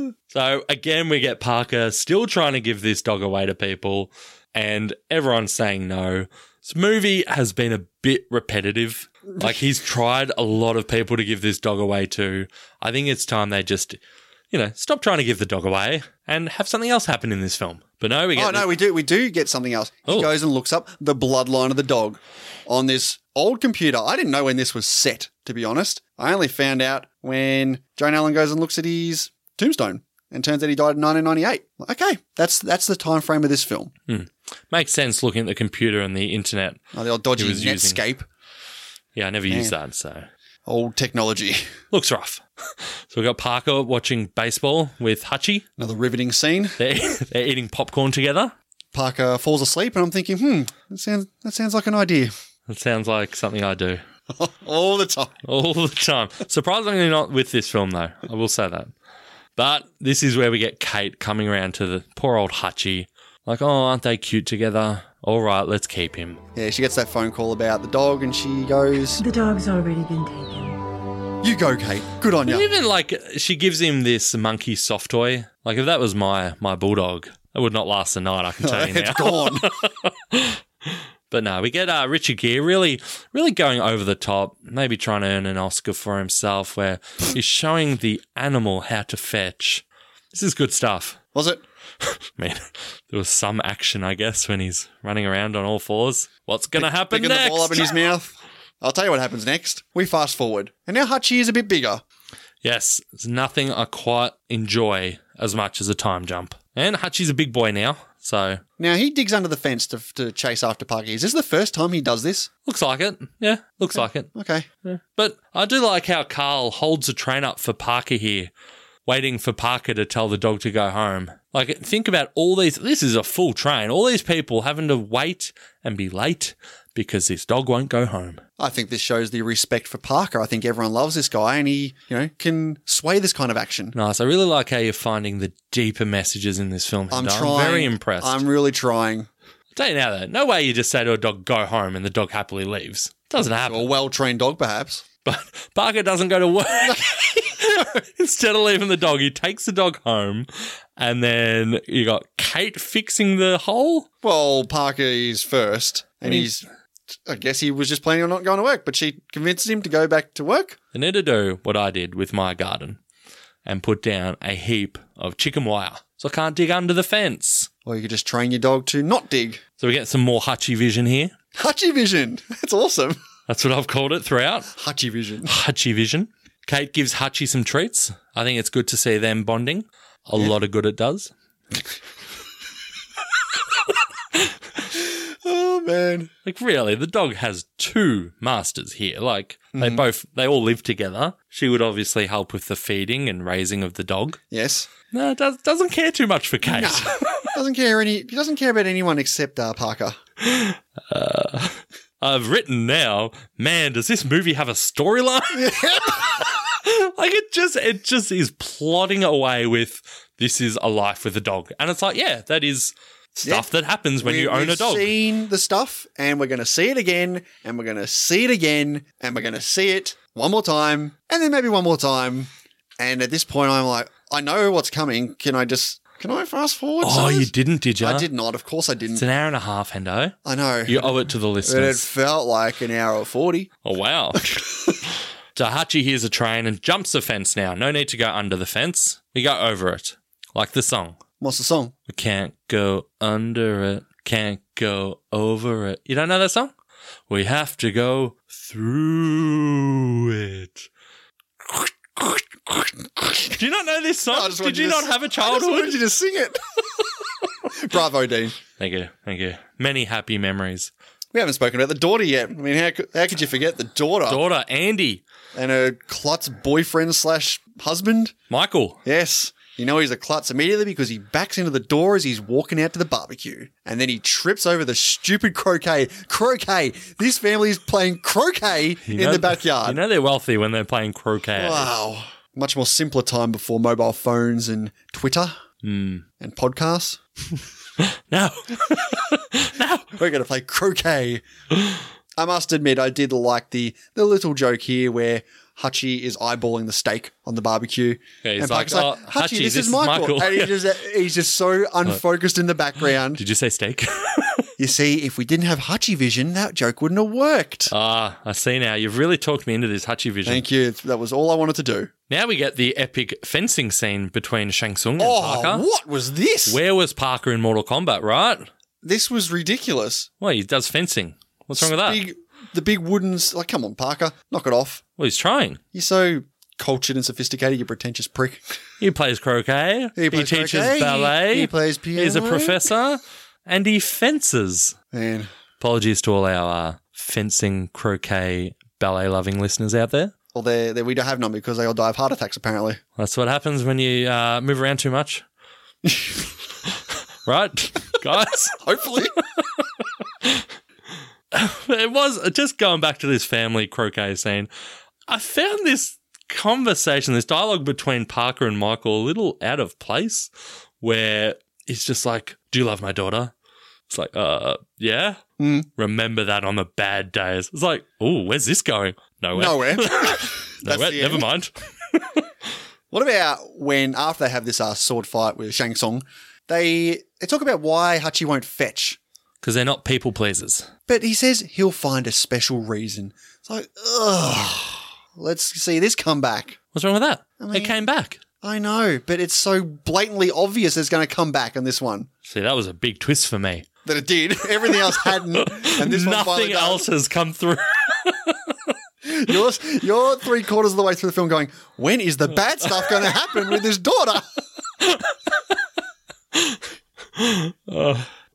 now. so again, we get Parker still trying to give this dog away to people, and everyone's saying no. This movie has been a bit repetitive. Like
*laughs*
he's tried a lot of people to give this dog away to. I think it's time they just, you know, stop trying to give the dog away and have something else happen in this film. But no, we get
Oh no,
this-
we do we do get something else. He
Oh.
goes and looks up the bloodline of the dog on this old computer. I didn't know when this was set, to be honest. I only found out when Joan Allen goes and looks at his tombstone and turns out he died in 1998. Okay, that's that's the time frame of this film.
makes sense looking at the computer and the internet.
Oh, the old dodgy
He was using-
Netscape,
Yeah, I never used that, so
old technology. *laughs*
looks rough. *laughs* So we got Parker watching baseball with Hutchie.
Another riveting scene.
They're, *laughs* they're eating popcorn together.
Parker falls asleep, and I'm thinking, hmm, that sounds that sounds like an idea. *laughs*
That sounds like something I do
All the time.
all the time. Surprisingly, not with this film though. I will say that. But this is where we get Kate coming around to the poor old Hutchie. Like, oh, aren't they cute together? All right, let's keep him.
Yeah, she gets that phone call about the dog, and she goes,
The dog's already been taken.
"You go, Kate. Good on you."
Even like she gives him this monkey soft toy. Like if that was my my bulldog, that would not last a night. I can tell you now.
*laughs* *laughs* It's gone.
But no, we get uh, Richard Gere really, really going over the top, maybe trying to earn an Oscar for himself, where he's showing the animal how to fetch. This is good stuff.
Was it?
*laughs* I mean, there was some action, I guess, when he's running around on all fours. What's going to happen
picking
next?
the ball up in his mouth. I'll tell you what happens next. We fast forward, and now Hutchie is a bit bigger.
*laughs* yes, there's nothing I quite enjoy as much as a time jump. And Hutchie's a big boy now, so
Now he digs under the fence to, to chase after Parky. Is this the first time he does this?
looks like it. Yeah, looks like it.
Okay.
But I do like how Carl holds the train up for Parker here. waiting for Parker to tell the dog to go home. Like, think about all these. This is a full train. All these people having to wait and be late because this dog won't go home.
I think this shows the respect for Parker. I think everyone loves this guy and he, you know, can sway this kind of action.
Nice. I really like how you're finding the deeper messages in this film.
I'm
Hendo.
trying.
I'm very impressed.
I'm really trying.
Tell you now though, no way you just say to a dog, go home, and the dog happily leaves. Doesn't happen.
A well trained dog, perhaps.
But Parker doesn't go
*laughs*
to work. *laughs* Instead of leaving the dog, he takes the dog home. And then you got Kate fixing the hole.
Well, Parker is first, and
Mm.
he's. I guess he was just planning on not going to work, but she convinced him to go back to work.
They need to do what I did with my garden and put down a heap of chicken wire so I can't dig under the fence.
Or you could just train your dog to not dig.
So we get some more Hutchie vision here.
Hutchie Vision. *laughs* That's awesome.
That's what I've called it throughout.
Hutchie Vision.
Hutchie vision. Kate gives Hutchie some treats. I think it's good to see them bonding. A lot of good it does.
Oh, man.
Like really, the dog has two masters here. Like they
Mm.
both they all live together. She would obviously help with the feeding and raising of the dog.
Yes.
No, it does, doesn't care too much for Kate.
Doesn't care any. He doesn't care about anyone except uh, Parker.
Uh, *laughs* I've written now, man, does this movie have a storyline? *laughs* like it just it just is plodding away with this is a life with a dog. And it's like, yeah, that is stuff that happens when
We-
you own
we've
a dog.
Seen the stuff, and we're going to see it again, and we're going to see it again, and we're going to see it one more time, and then maybe one more time. And at this point, I'm like, I know what's coming. Can I just? Can I fast forward?
oh,
some of
you
this?
didn't, did you?
I did not. Of course, I didn't.
It's an hour and a half, Hendo.
I know.
You owe it to the
but it
listeners.
felt like an hour or forty. *laughs*
Oh wow. Tahachi hears a train and jumps the fence now. No need to go under the fence. We go over it. Like the song.
What's the song?
We can't go under it. Can't go over it. You don't know that song? We have to go through it. Do you not know this song?
I just
Did
wanted
you
to
not
s-
have a
I just
childhood?
wanted you to sing it. *laughs* Bravo, Dean.
Thank you. Thank you. Many happy memories.
We haven't spoken about the daughter yet. I mean, how could, how could you forget the daughter
Daughter, Andy,
and her klutz boyfriend slash husband?
Michael.
Yes. You know he's a klutz immediately because he backs into the door as he's walking out to the barbecue. And then he trips over the stupid croquet. Croquet! This family is playing croquet
You
in
know-
the backyard.
You know they're wealthy when they're playing croquet. *laughs*
wow. Much more simpler time before mobile phones and Twitter
Hmm.
and podcasts.
No.
We're going to play croquet. I must admit, I did like the, the little joke here where Hutchie is eyeballing the steak on the barbecue.
Yeah, he's
and
like,
Parker's
"Oh, Hutchie, this is Michael."
And he just, he's just
*laughs*
so unfocused in the background.
Did you say
*laughs*
steak?
You see, if we didn't have Hutchie vision, that joke wouldn't have worked.
Ah, I see now. You've really talked me into this Hutchie vision.
Thank you. That was all I wanted to do.
Now we get the epic fencing scene between Shang Tsung and
Oh,
Parker.
what was this?
Where was Parker in Mortal Kombat, right?
This was ridiculous.
Well, he does fencing. What's wrong with that?
Big, the big wooden. s- Like, come on, Parker, knock it off.
Well, he's trying.
You're so cultured and sophisticated, you pretentious prick.
He plays croquet. He,
plays
teaches
croquet, he-
ballet.
he plays
He's a
piano.
professor. And he fences.
Man,
Apologies to all our uh, fencing, croquet, ballet loving listeners out there.
well, they they we don't have none because they all die of heart attacks, apparently.
That's what happens when you uh, move around
*laughs*
too much. right? Guys?
*laughs* Hopefully.
*laughs* it was just going back to this family croquet scene. I found this conversation, this dialogue between Parker and Michael a little out of place where it's just like, Do you love my daughter? It's like, uh, yeah.
Hmm.
Remember that on the bad days. It's like, oh, where's this going? Nowhere.
Nowhere. That's
Nowhere.
the
Never
end.
mind.
*laughs* What about when after they have this uh, sword fight with Shang Tsung, they they talk about why Hutchie won't fetch,
Because they're not people pleasers.
but he says he'll find a special reason. It's like, ugh. Let's see this comeback.
What's wrong with that?
mean-
it came back.
I know, but it's so blatantly obvious it's going to come back on this one
See, that was a big twist for me.
that it did. *laughs* Everything else hadn't, and this one
Nothing
finally does.
else has come through. *laughs*
You're, you're three quarters of the way through the film going, when is the bad stuff going to happen with his daughter?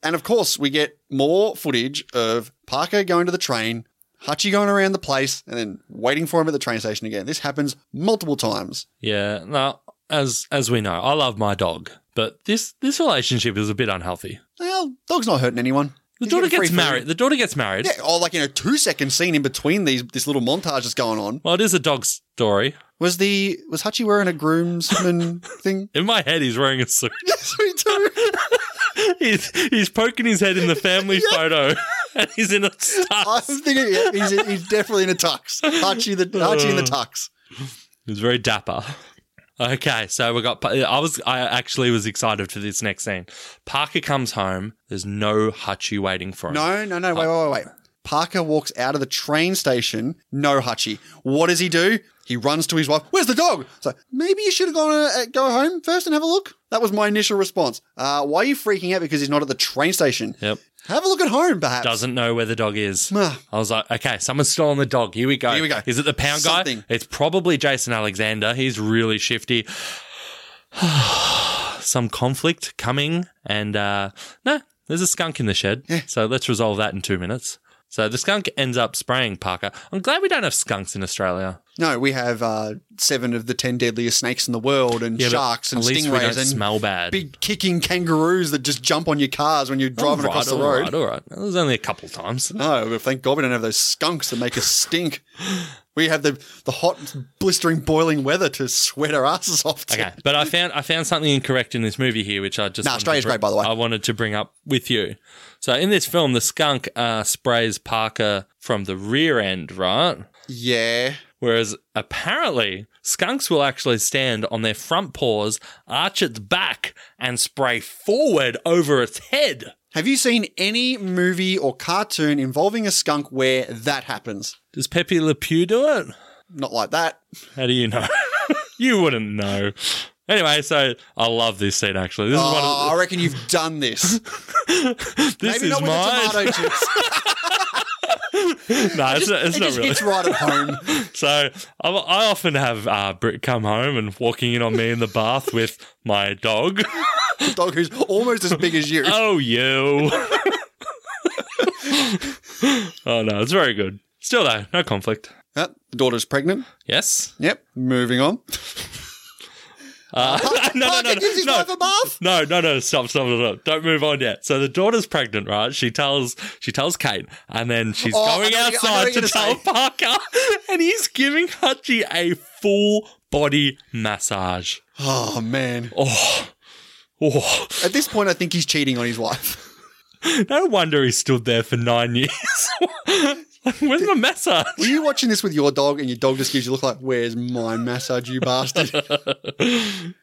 and of course, we get more footage of Parker going to the train, Hutchie going around the place, and then waiting for him at the train station again. This happens multiple times.
Yeah, no, as as we know, I love my dog, but this this relationship is a bit unhealthy.
Well, dog's not hurting anyone.
The
He's
daughter
getting free
gets
food.
married. The daughter gets married.
Yeah, or like in a two second scene in between these this little montage that's going on.
Well, it is a dog story.
Was the was Hachi wearing a groomsman *laughs* thing?
In my head, he's wearing a suit. *laughs*
Yes, we do.
he's, he's poking his head in
*laughs*
the family photo, *laughs* and he's in a
I'm
tux.
thinking yeah, he's, he's definitely in a tux. Hachi the Hachi in the tux.
It was very dapper. Okay, so we got. I was. I actually was excited for this next scene. Parker comes home. There's no Hutchie waiting for him.
No, no, no. Wait, wait, wait, wait. Parker walks out of the train station. No Hutchie. What does he do? He runs to his wife. Where's the dog? So maybe you should have gone uh, go home first and have a look. That was my initial response. Uh, why are you freaking out? Because he's not at the train station.
Yep.
Have a look at home, perhaps.
Doesn't know where the dog is. I
Ah.
was like, okay, someone's stolen the dog. Here we go.
Here we go.
Is it the pound
Something.
guy? It's probably Jason Alexander. He's really shifty. *sighs* Some conflict coming, and uh, no, there's a skunk in the shed. So let's resolve that in two minutes. So the skunk ends up spraying Parker. I'm glad we don't have skunks in Australia.
No, we have uh, seven of the ten deadliest snakes in the world, and
Yeah, but
sharks and
at least we
stingrays
don't
and
smell bad.
big kicking kangaroos that just jump on your cars when you're driving
All right,
across the
all
road.
right, all right. It was only a couple times.
No, but thank God we don't have those skunks that make us stink. We have the the hot, blistering, boiling weather to sweat our asses off. To.
*laughs* Okay, but I found I found something incorrect in this movie here, which I just
Nah,
wanted to
Australia's
bring-
great, by the way.
I wanted to bring up with you. So in this film, the skunk uh, sprays Parker from the rear end, right?
Yeah.
Whereas apparently skunks will actually stand on their front paws, arch its back, and spray forward over its head.
Have you seen any movie or cartoon involving a skunk where that happens?
Does Pepe Le Pew do it?
Not like that.
How do you know? *laughs* you wouldn't know. Anyway, so I love this scene actually. This is one
Oh,
of
I reckon you've done this.
*laughs* this
Maybe
is
not with
mine. *laughs*
the tomato chips.
no,
Just-
it's, not, it's
it
not
just
really.
hits right at home.
So I, I often have uh, Britt come home and walking in on me in the bath with my dog. *laughs*
The dog who's almost as big as you.
Oh, you. *laughs* oh, no, it's very good. Still, though, no conflict.
Yep, the daughter's pregnant.
Yes.
Yep, moving on.
Uh, *laughs* no, no, no,
Parker gives his
no,
wife a bath.
no, no, no, stop, stop, stop, stop. Don't move on yet. So the daughter's pregnant, right? She tells she tells Kate, and then she's
Oh, I
going
know what you- I know
outside
what
to
you're
tell
gonna
Parker, and he's giving Hutchie a full body massage.
Oh man.
Oh, oh.
At this point, I think he's cheating on his wife.
No wonder he stood there for nine *laughs* years. Where's my massage?
Were you watching this with your dog, and your dog just gives you a look like, "Where's my massage, you
*laughs*
bastard?"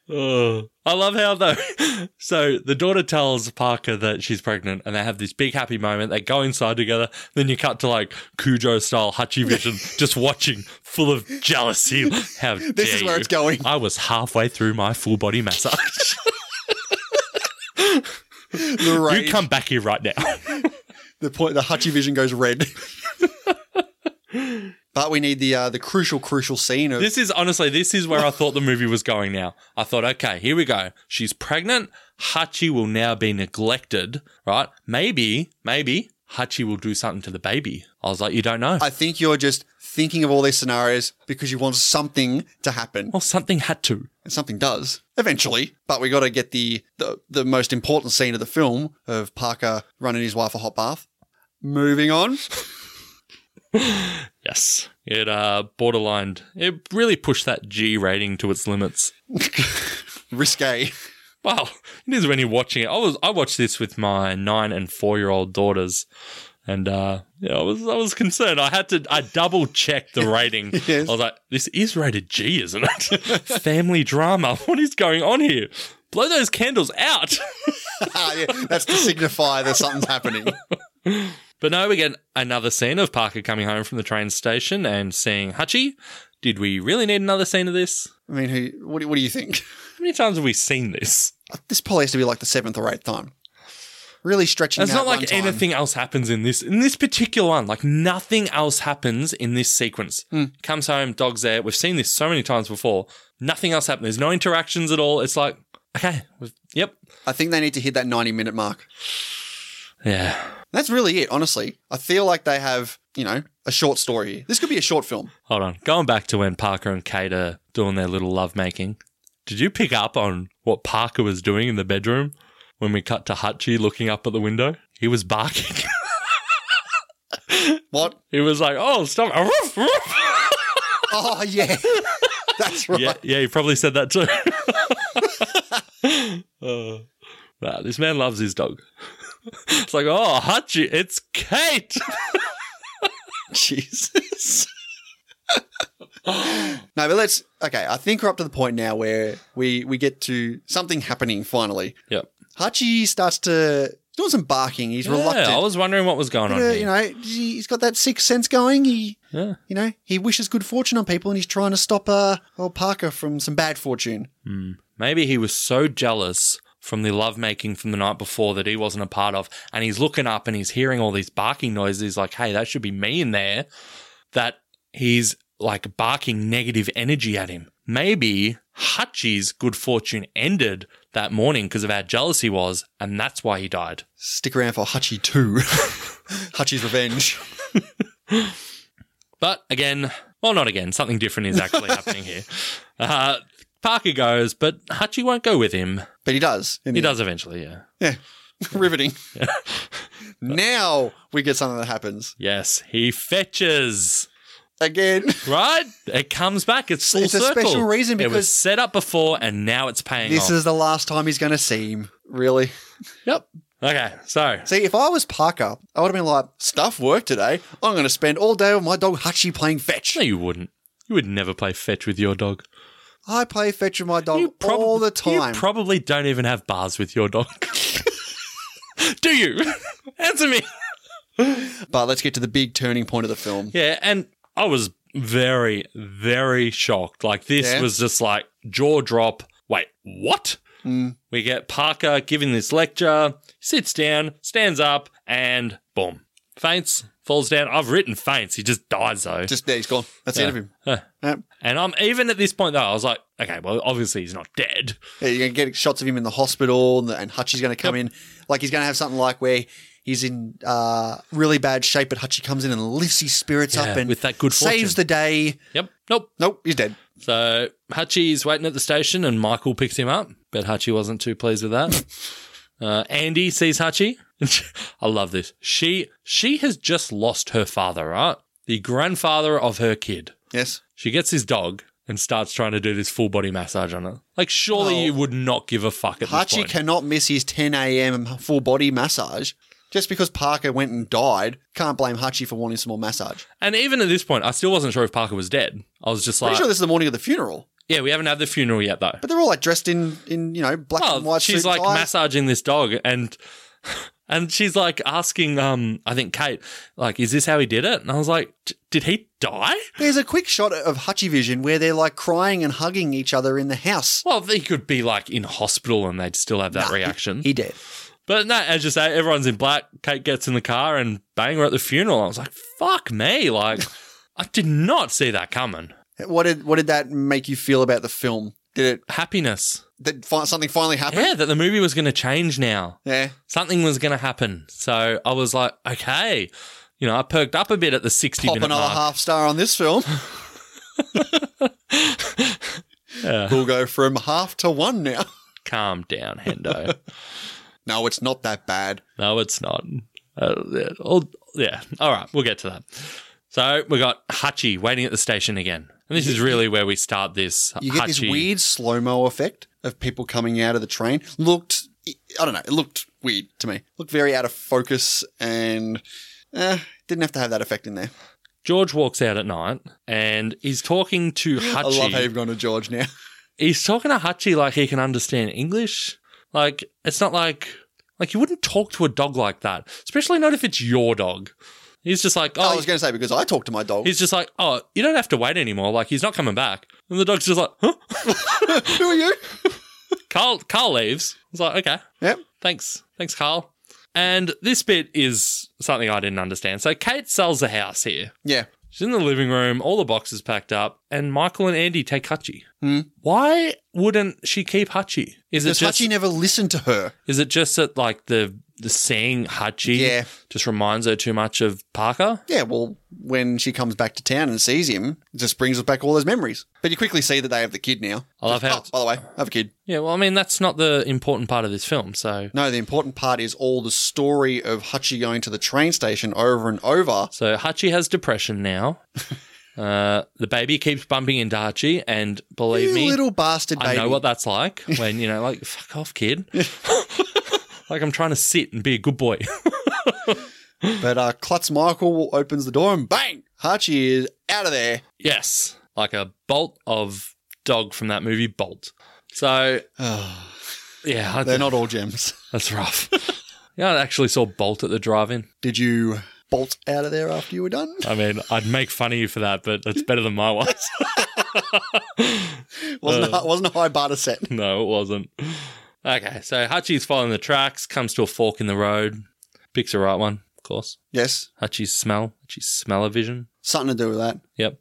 Oh. I love how though. *laughs* So the daughter tells Parker that she's pregnant, and they have this big happy moment. They go inside together. Then you cut to like Cujo style Hutchie
*laughs*
vision, just watching, full of jealousy. How
This is
dare
where
you.
it's going.
I was halfway through my full body
*laughs*
massage.
The rage.
you come back here right now.
the point. The Hutchie vision goes red.
*laughs*
but we need the uh, the crucial, crucial scene of
*laughs* This is honestly, this is where I thought the movie was going now. I thought, okay, here we go. She's pregnant. Hachi will now be neglected, right? Maybe, maybe Hachi will do something to the baby. I was like, you don't know.
I think you're just thinking of all these scenarios because you want something to happen,
well, something had to.
and something does eventually. But we got to get the, the the most important scene of the film of Parker running his wife a hot bath. Moving on. *laughs*
Yes. It uh borderlined. It really pushed that G rating to its limits.
Risque. *laughs*
Wow. It is when you're watching it. I was I watched this with my nine and four year old daughters. And uh yeah, I was I was concerned. I had to I double checked the rating. I was like, this is rated G, isn't it? *laughs* Family drama. *laughs* What is going on here? Blow those candles out. *laughs*
Ah, yeah, that's to signify that something's happening.
but now we get another scene of Parker coming home from the train station and seeing Hutchie. Did we really need another scene of this?
I mean, who, what, do, what do you think? *laughs*
How many times have we seen this?
This probably has to be like the seventh or eighth time. Really stretching.
It's
out
not
one
like
time.
anything else happens in this in this particular one. Like nothing else happens in this sequence. Comes home, dog's there. We've seen this so many times before. Nothing else happened. There's no interactions at all. It's like okay, we've- yep,
I think they need to hit that ninety-minute mark.
yeah.
That's really it, honestly. I feel like they have, you know, a short story here. This could be a short film.
Hold on, going back to when Parker and Kate are doing their little lovemaking. Did you pick up on what Parker was doing in the bedroom when we cut to Hutchie looking up at the window? He was barking. *laughs*
*laughs* what?
He was like, oh, stop. *laughs* Roof, roof.
Oh, yeah. *laughs* That's right.
*laughs* Yeah, yeah, he probably said that too. *laughs* Uh, nah, this man loves his dog. *laughs* it's like, oh, Hachi, it's Kate.
Jesus. *laughs* no, but let's. Okay, I think we're up to the point now where we we get to something happening finally.
Yep.
Hachi starts to doing some barking. He's reluctant.
Yeah, I was wondering what was going on.
But, uh,
Here.
you know, he- he's got that sixth sense going. He,
Yeah.
you know, he wishes good fortune on people, and he's trying to stop uh, old Parker from some bad fortune.
Hmm. Maybe he was so jealous from the lovemaking from the night before that he wasn't a part of, and he's looking up and he's hearing all these barking noises. He's like, hey, that should be me in there. That he's like barking negative energy at him. Maybe Hutchie's good fortune ended that morning because of how jealous he was, and that's why he died.
Stick around for Hutchie too. *laughs* Hutchie's revenge.
But again, well, not again. Something different is actually happening here. Uh, Parker goes, but Hutchie won't go with him.
But he does. in
He
the
does eventually, yeah.
*laughs* Riveting. *laughs* now we get something that happens
Yes, he fetches. *laughs*
again.
Right? It comes back. It's full
It's a
circle.
special reason
it was
because-
set up before, and now it's paying
This
off.
is the last time he's going to see him. Really.
yep. Okay, so
See, if I was Parker, I would have been like, "Stuff work today. I'm going to spend all day with my dog Hutchie playing fetch.
no, you wouldn't. You would never play fetch with your dog.
I play fetch with my dog
You prob-
all the
You
time."
probably don't even have bars with your dog. *laughs* Do you? *laughs* Answer me.
but let's get to the big turning point of the film.
Yeah, and I was very, very shocked. Like this
Yeah.
was just like jaw drop. Wait, what? We get Parker giving this lecture, sits down, stands up, and boom. Faints, falls down. I've written faints. He just dies though.
Just there, he's gone. That's the end of him.
Huh.
Yep.
And I'm even at this point though, I was like, okay, well, obviously he's not dead.
Yeah, you're going to get shots of him in the hospital, and, and Hutchie's going to come in. Like he's going to have something like where he's in uh, really bad shape, but Hutchie comes in and lifts his spirits
Yeah,
up and
with that good
saves
fortune.
the day.
Yep. Nope.
Nope, he's dead.
So Hutchie's waiting at the station and Michael picks him up, but Hutchie wasn't too pleased with that.
*laughs*
uh, Andy sees Hutchie. *laughs* I love this. She she has just lost her father, right? The grandfather of her kid.
Yes.
She gets his dog and starts trying to do this full body massage on her. Like surely
Well,
you would not give a fuck at this
Hutchie
point.
cannot miss his 10 a.m. full body massage. Just because Parker went and died, can't blame Hutchie for wanting some more massage.
and even at this point, I still wasn't sure if Parker was dead. I was just
Pretty
like,
sure this is the morning of the funeral,
yeah, we haven't had the funeral yet though.
but they're all like dressed in in you know black and
Oh,
white
she's
suit
like
ties.
massaging this dog and *laughs* and she's like asking um I think Kate like is this how he did it? And I was like "D- did he die?
There's a quick shot of Hutchie Vision where they're like crying and hugging each other in the house.
Well, he could be like in hospital and they'd still have that
Nah, he-
reaction.
He dead.
but no, as you say, everyone's in black. Kate gets in the car and bang, we're at the funeral. I was like, fuck
*laughs*
me. Like, I did not see that coming.
What did what did that make you feel about the film? Did it
Happiness.
that fi- something finally happened?
Yeah, that the movie was going to change now.
Yeah.
Something was going to happen. So I was like, okay. You know, I perked up a bit at the 60
Pop
minute
another
mark.
half star on this
*laughs*
film. *laughs* We'll go from half to one now. *laughs*
calm down, Hendo.
No, it's not that bad.
no, it's not. Uh, yeah, all- yeah. All right, we'll get to that. So we got Hachi waiting at the station again. And this is really where we start this.
You get this
Hachi-
weird slow mo effect of people coming out of the train. Looked, I don't know, it looked weird to me. Looked very out of focus and eh, didn't have to have that effect in there.
George walks out at night and he's talking to Hachi.
I love how you've gone to George now. *laughs*
he's talking to Hachi like he can understand English. Like it's not like like you wouldn't talk to a dog like that, especially not if it's your dog. He's just like,
I
oh,
was going to say because I talk to my dog.
he's just like, oh, you don't have to wait anymore. Like he's not coming back, and the dog's just like, huh?
Who are
*laughs*
you?
Carl Carl leaves. I was like, okay,
Yep.
thanks, thanks, Carl. And this bit is something I didn't understand. So Kate sells the house here.
Yeah.
She's in the living room, all the boxes packed up. and Michael and Andy take Hutchie. Why wouldn't she keep Hutchie? Is
Hmm?
it
Does
just
Hutchie never listened to her?
Is it just that like the the seeing Hutchie
Yeah.
just reminds her too much of Parker?
Yeah, well, when she comes back to town and sees him, it just brings us back all those memories. But you quickly see that they have the kid now.
I love how-
Oh, by the way, I have a kid.
Yeah, well, I mean that's not the important part of this film. So
No, the important part is all the story of Hutchie going to the train station over and over.
so Hutchie has
*laughs*
depression now. Uh, the baby keeps bumping into Hutchie, and believe
You
me,
little bastard
I know
baby.
what that's like. When you know, like, fuck off, kid. *laughs* like I'm trying to sit and be a good boy. *laughs*
But uh, Klutz Michael opens the door and bang! Hutchie is out of there.
Yes, like a bolt of dog from that movie Bolt.
*sighs*
So yeah, I-
They're not all gems. *laughs*
That's rough. *laughs* yeah, I actually saw Bolt at the drive-in.
Did you bolt out of there after you were done? *laughs*
I mean, I'd make fun of you for that, but that's better than my *laughs* one.
Wasn't,
Uh.
a, wasn't a high bar to set.
no, it wasn't. Okay, so Hutchie's following the tracks, comes to a fork in the road, picks the right one, of course.
Yes,
Hutchie's smell, Hutchie's smell of vision.
something to do with that.
Yep.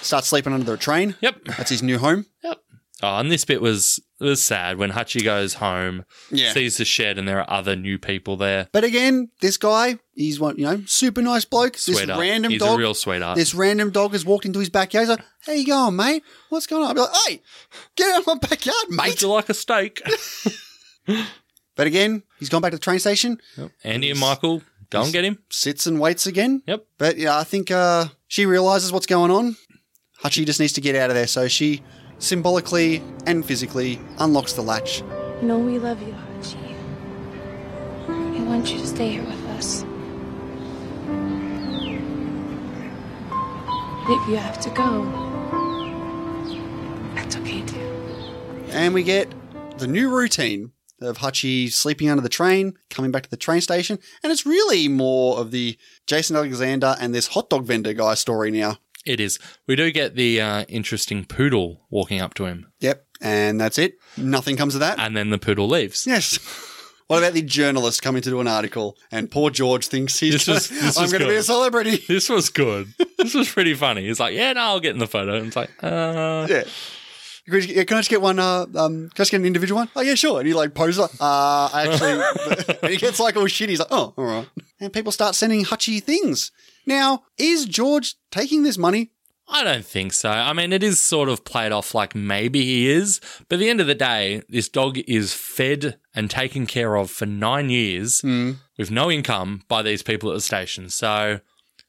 Starts sleeping under the train.
Yep.
That's his new home.
Yep. Oh, and this bit was was sad when Hutchie goes home,
Yeah.
sees the shed, and there are other new people there.
But again, this guy, he's one, you know, super nice bloke. This
Sweetheart.
random
He's
dog,
a real sweetheart.
this random dog has walked into his backyard. He's like, "How you going, mate? What's going on?" I'd be like, "Hey, get out of my backyard,
Would
mate!"
you like
*laughs*
a steak?
But again, he's gone back to the train station,
Andy and Michael, go and get him.
sits and waits again.
Yep.
But yeah, I think uh, she realizes what's going on. Hutchie just needs to get out of there, so she symbolically and physically unlocks the latch.
No, we love you, Hachi.
I want you to stay here with us. If you have to go, that's okay too.
And we get the new routine of Hutchie sleeping under the train, coming back to the train station, and it's really more of the Jason Alexander and this hot dog vendor guy story now.
It is. We do get the uh, interesting poodle walking up to him,
Yep, and that's it. Nothing comes of that.
and then the poodle leaves.
Yes. What about the journalist coming to do an article and poor George thinks he's
This
gonna,
was- this
I'm
was
going to be
good.
a celebrity?
This was good. this was pretty funny. He's like, "Yeah, no, I'll get in the photo." And it's like, uh,
*laughs* Yeah. Can I just get- can I just get one? Uh, um, can I just get an individual one? Oh yeah, sure. And he like poses like, uh, actually, *laughs* and he gets like all shit. He's like, oh, all right. And people start sending Hutchie things. Now, is George taking this money?
I don't think so. I mean, it is sort of played off like maybe he is, but at the end of the day, this dog is fed and taken care of for nine years with no income by these people at the station. So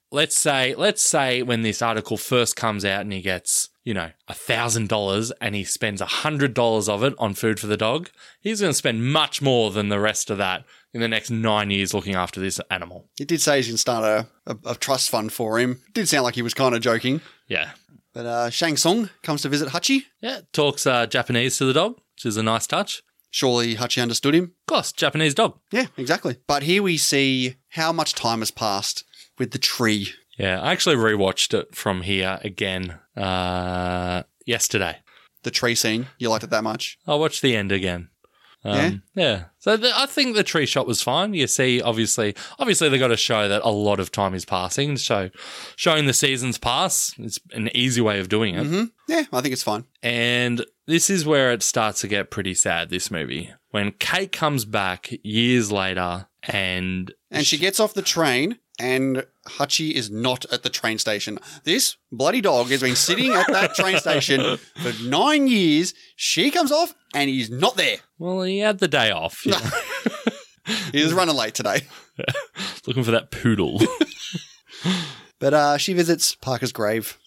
let's say, let's say when this article first comes out and he gets, you know, a thousand dollars and he spends a hundred dollars of it on food for the dog, he's going to spend much more than the rest of that in the next nine years looking after this animal.
He did say he's going to start a, a, a trust fund for him. Did sound like he was kind of joking.
Yeah.
But uh, Shang Tsung comes to visit Hutchie.
Yeah. Talks uh, Japanese to the dog, which is a nice touch.
Surely Hutchie understood him.
Of course, Japanese dog.
Yeah, exactly. But here we see how much time has passed with the tree.
Yeah, I actually rewatched it from here again uh, yesterday.
The tree scene. You liked it that much?
I watched the end again. Um, yeah. So the, I think the tree shot was fine. You see, obviously, obviously they got to show that a lot of time is passing. So showing the seasons pass is an easy way of doing it.
Yeah, I think it's fine.
And this is where it starts to get pretty sad. This movie, when Kate comes back years later, and
And she gets off the train, and Hutchie is not at the train station. This bloody dog has been sitting at that train station for nine years. She comes off, and he's not there.
well, he had the day off, *laughs* you know,
He was running late today.
looking for that poodle, *laughs*
But uh, she visits Parker's grave.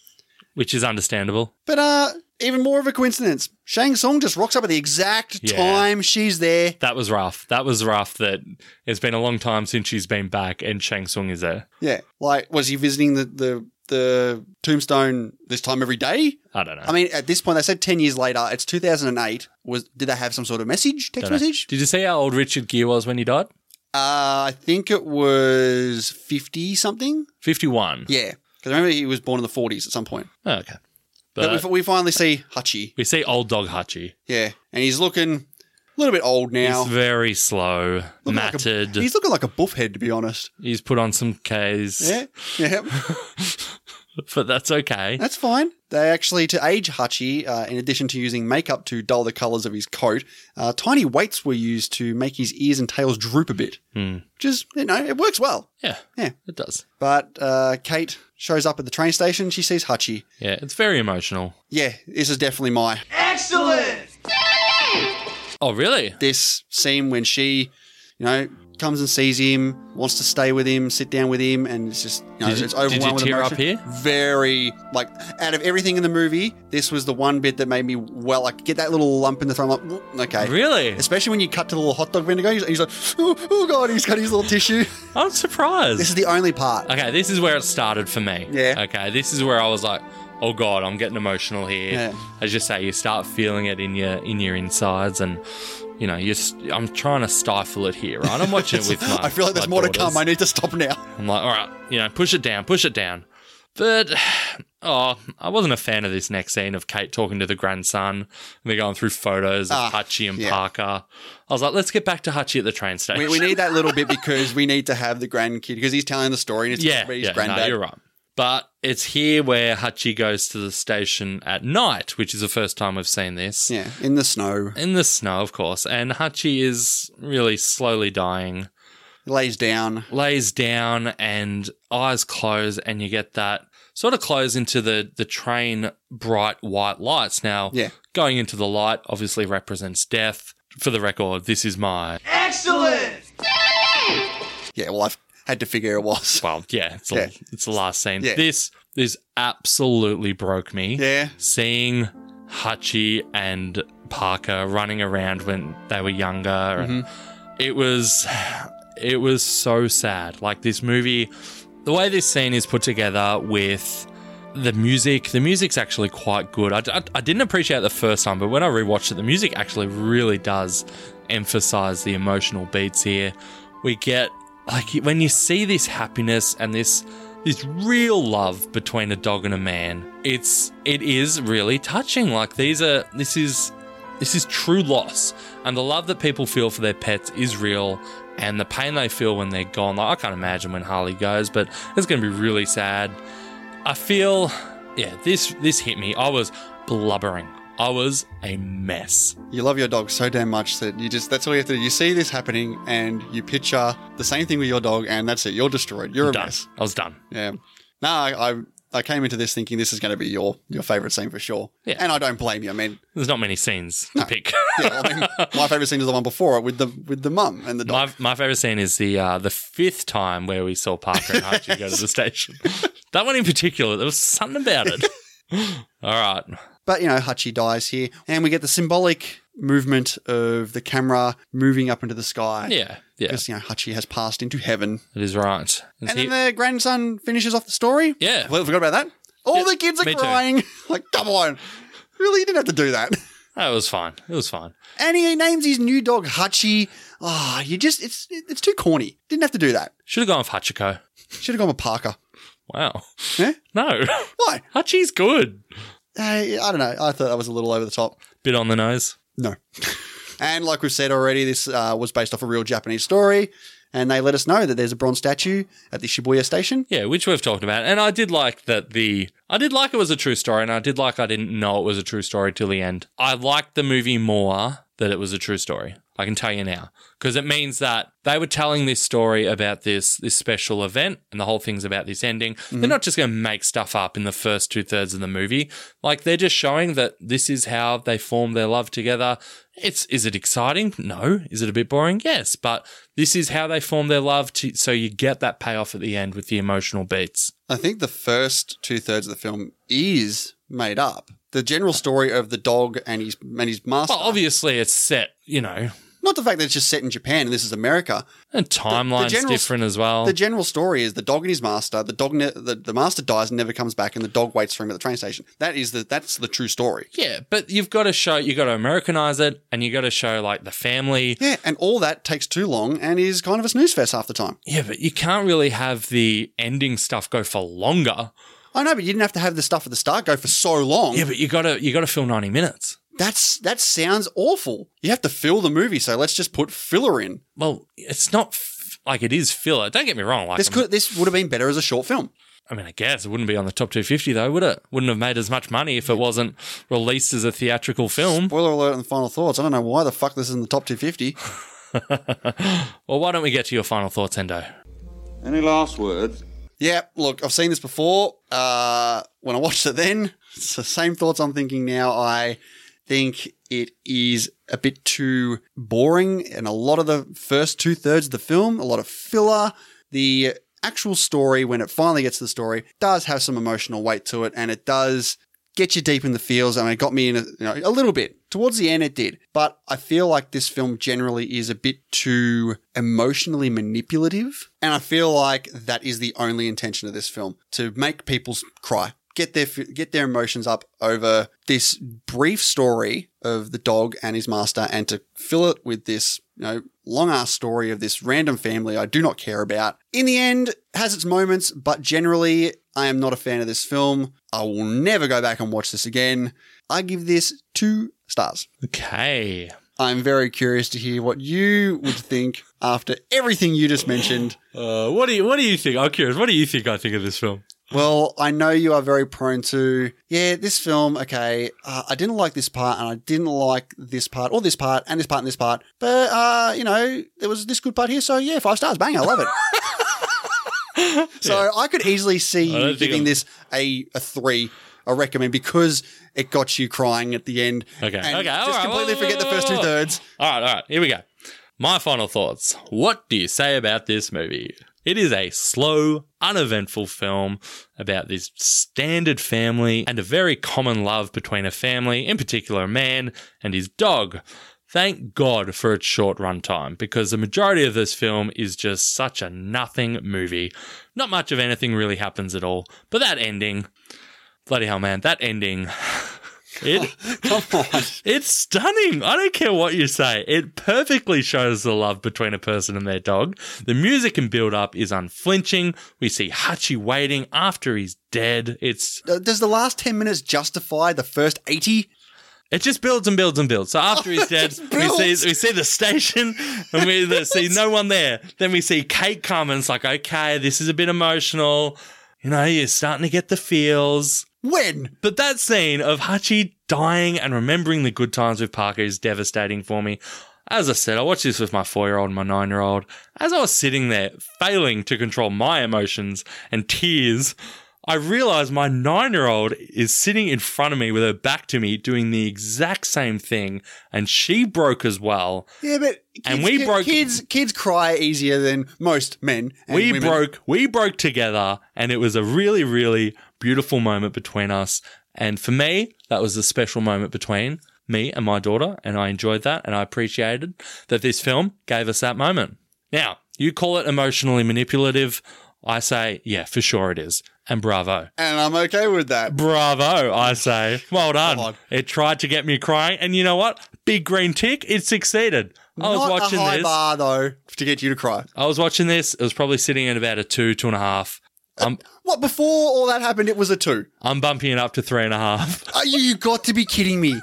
which is understandable.
But uh, even more of a coincidence, Shang Tsung just rocks up at the exact
Yeah.
time she's there.
That was rough. That was rough that it's been a long time since she's been back and Shang Tsung is there.
Yeah, like was he visiting the the, the tombstone this time every day?
I don't know.
I mean, at this point, they said ten years later. It's two thousand and eight. Was did they have some sort of message, text
Don't know.
message?
Did you see how old Richard Gere was when he died?
Uh, I think it was 50 something.
51.
Yeah. Because remember he was born in the 40s at some point.
Oh, okay.
But,
But
we, we finally see Hutchie.
we see old dog Hachi.
Yeah. And he's looking a little bit old now.
He's very slow,
Looking like a-
matted. he's-,
he's looking like a buff head, to be honest.
put on some Ks.
Yeah. Yeah.
*laughs* but that's okay.
That's fine. They actually, to age Hutchie, uh, in addition to using makeup to dull the colours of his coat, uh, tiny weights were used to make his ears and tails droop a bit,
Hmm.
which is, you know, it works well.
Yeah.
Yeah.
It does.
But uh, Kate shows up at the train station. She sees Hutchie.
Yeah, it's very emotional.
Yeah, this is definitely my.
Excellent!
Oh, really?
This scene when she, you know, comes and sees him, wants to stay with him, sit down with him, and it's just, you know,
Did you-
it's overwhelmed
did you
with
tear
emotion.
up here?
Very, like, out of everything in the movie, this was the one bit that made me, well, like, get that little lump in the throat. I'm like, "Mm, okay.
Really?
Especially when you cut to the little hot dog vendor guy, he's, he's like, oh, oh, God, he's got his little
*laughs*
tissue.
I'm surprised.
This is the only part.
Okay, this is where it started for me.
Yeah.
Okay, this is where I was like, oh god, I'm getting emotional here.
Yeah.
As you say, you start feeling it in your in your insides, and you know, you. s- I'm trying to stifle it here, right? I'm watching
*laughs*
it with my.
*laughs* I feel like there's
my
more to
daughters.
come. I need to stop
*laughs*
now.
I'm like, all right, you know, push it down, push it down. But oh, I wasn't a fan of this next scene of Kate talking to the grandson, and they're going through photos of
Ah,
Hutchie and
yeah.
Parker. I was like, let's get back to Hutchie at the train
We,
station.
we need that little bit because we need to have the grandkid because he's telling the story and it's
yeah,
about his
yeah,
granddad.
no, you're right. But it's here where Hutchie goes to the station at night, which is the first time we've seen this.
Yeah, in the snow,
In the snow, of course. And Hutchie is really slowly dying,
lays down.
lays down and eyes close, and you get that sort of close into the, the train bright white lights. Now,
Yeah.
going into the light obviously represents death. For the record, this is my.
Excellent!
Yeah, well, I've had to figure it was.
Well, yeah, it's, the-
Yeah.
it's the last scene.
Yeah.
This this absolutely broke me.
*laughs* Yeah.
seeing Hachi and Parker running around when they were younger and it was it was so sad. Like this movie the way this scene is put together with the music, the music's actually quite good. I, I, I didn't appreciate it the first time, but when I rewatched it, the music actually really does emphasize the emotional beats here. We get like when you see this happiness and this this real love between a dog and a man, it's it is really touching. Like these are this is this is true loss, and the love that people feel for their pets is real, and the pain they feel when they're gone. Like I can't imagine when Harley goes, but it's going to be really sad. I feel, yeah, this this hit me. I was blubbering. I was a mess.
You love your dog so damn much that you just, that's all you have to do. You see this happening and you picture the same thing with your dog and that's it. You're destroyed. You're a
done.
mess.
I was done.
Yeah. No, I, I, I came into this thinking this is going to be your, your favorite scene for sure.
Yeah.
And I don't blame you. I mean,
There's not many scenes to pick.
*laughs*
*laughs*
yeah, I mean my favorite scene is the one before it with the, with the mum and the dog.
My, my favorite scene is the uh, the fifth time where we saw Parker and Archie go to
*laughs*
the station. That one in particular, there was something about it. All right,
But you know, Hutchie dies here, and we get the symbolic movement of the camera moving up into the sky.
yeah, yeah,
Because you know, Hutchie has passed into heaven.
it is right. It's
And
he-
then the grandson finishes off the story.
Yeah.
Well, forgot about that. All
Yeah,
the kids are
me too.
crying. *laughs* like, come on. Really, you didn't have to do that. *laughs*
that was fine. Oh, It was fine.
And he names his new dog Hutchie. Ah, you just it's it's too corny. Didn't have to do that.
Should have gone with Hachiko.
Should have gone with Parker. *laughs*
Wow. *laughs*
Yeah?
No, *laughs*
Why?
Hachi's good.
Uh, I don't know. I thought that was a little over the top.
Bit on the nose.
No. *laughs* and like we've said already, this uh, was based off a real Japanese story. And they let us know that there's a bronze statue at the Shibuya station.
Yeah, which we've talked about. And I did like that the I did like it was a true story, and I did like I didn't know it was a true story till the end. I liked the movie more that it was a true story. I can tell you now. Because it means that they were telling this story about this this special event and the whole thing's about this ending. They're not just gonna make stuff up in the first two thirds of the movie. Like they're just showing that this is how they form their love together. It's is it exciting? No. Is it a bit boring? Yes. But this is how they form their love. To, so you get that payoff at the end with the emotional beats.
I think the first two thirds of the film is made up. The general story of the dog and his and his master.
Well, obviously it's set, you know,
Not the fact that it's just set in Japan and this is America.
and timeline's
general-
different as well.
The general story is the dog and his master. The dog, ne- the, the master dies and never comes back, and the dog waits for him at the train station. That is the that's the true story.
yeah, but you've got to show, you've got to Americanize it, and you got to show like the family.
Yeah, and all that takes too long and is kind of a snooze fest half the time.
Yeah, but you can't really have the ending stuff go for longer.
I know, but you didn't have to have the stuff at the start go for so long.
Yeah, but you gotta you gotta fill ninety minutes.
That's that sounds awful. You have to fill the movie, so let's just put filler in.
Well, it's not f- like it is filler. Don't get me wrong. Like
This
I'm-
could this would have been better as a short film.
I mean, I guess it wouldn't be on the top 250 though, would it? Wouldn't have made as much money if it wasn't released as a theatrical film.
Spoiler alert and final thoughts. I don't know why the fuck this is in the top 250.
well, why don't we get to your final thoughts, Endo?
Any last words? Yeah, look, I've seen this before. Uh, when I watched it then, *laughs* it's the same thoughts I'm thinking now. I think it is a bit too boring and a lot of the first two thirds of the film, a lot of filler. The actual story, when it finally gets to the story, does have some emotional weight to it and it does get you deep in the feels. I mean, it got me in a, you know, a little bit. Towards the end, it did. But I feel like this film generally is a bit too emotionally manipulative. And I feel like that is the only intention of this film to make people s- cry. Get their f- get their emotions up over this brief story of the dog and his master, and to fill it with this you know long ass story of this random family I do not care about. In the end, has its moments, but generally, I am not a fan of this film. I will never go back and watch this again. I give this two stars.
Okay.
I'm very curious to hear what you would think after everything you just mentioned.
Uh, what do you What do you think? I'm curious. What do you think I think of this film?
Well, I know you are very prone to, yeah, this film, okay, uh, I didn't like this part and I didn't like this part or this part and this part and this part, but, uh, you know, there was this good part here, so yeah, five stars, bang, I love it. so I could easily see
I don't
you
think
giving
I'm-
this a, a three, I recommend, because it got you crying at the end.
Okay.
And
okay.
just
all right,
completely
whoa,
forget the
whoa,
first
whoa,
two
whoa.
thirds.
All right. All right. Here we go. My final thoughts. What do you say about this movie? It is a slow, uneventful film about this standard family and a very common love between a family, in particular a man and his dog. Thank God for its short runtime because the majority of this film is just such a nothing movie. Not much of anything really happens at all, but that ending, bloody hell, man, that ending. *laughs* It, It's stunning. I don't care what you say. It perfectly shows the love between a person and their dog. The music and build up is unflinching. We see Hachi waiting after he's dead. It's *laughs*
Uh, Does the last 10 minutes justify the first 80?
it just builds and builds and builds. So after he's dead, we
builds.
see we see the station *laughs* and we either see no one there. Then we see Kate come and it's like, okay, this is a bit emotional. You know, you're starting to get the feels.
When?
But that scene of Hachi dying and remembering the good times with Parker is devastating for me. As I said, I watched this with my four year old and my nine year old. As I was sitting there, failing to control my emotions and tears, I realized my nine year old is sitting in front of me with her back to me doing the exact same thing, and she broke as well.
Yeah, but kids,
And we broke-
kids. Kids cry easier than most men. And
we
women.
broke we broke together and it was a really really beautiful moment between us and for me that was a special moment between me and my daughter and i enjoyed that and i appreciated that this film gave us that moment now you call it emotionally manipulative i say yeah for sure it is and bravo
and I'm okay with that.
Bravo, I say. Well done. It tried to get me crying, and you know what? Big green tick, it succeeded. I was
Not
watching
a high
this.
bar though to get you to cry.
I was watching this. It was probably sitting at about a two, two and a half. I'm,
What before all that happened? It was a two.
I'm bumping it up to three and a half.
Are you, you got to be kidding
*laughs*
me.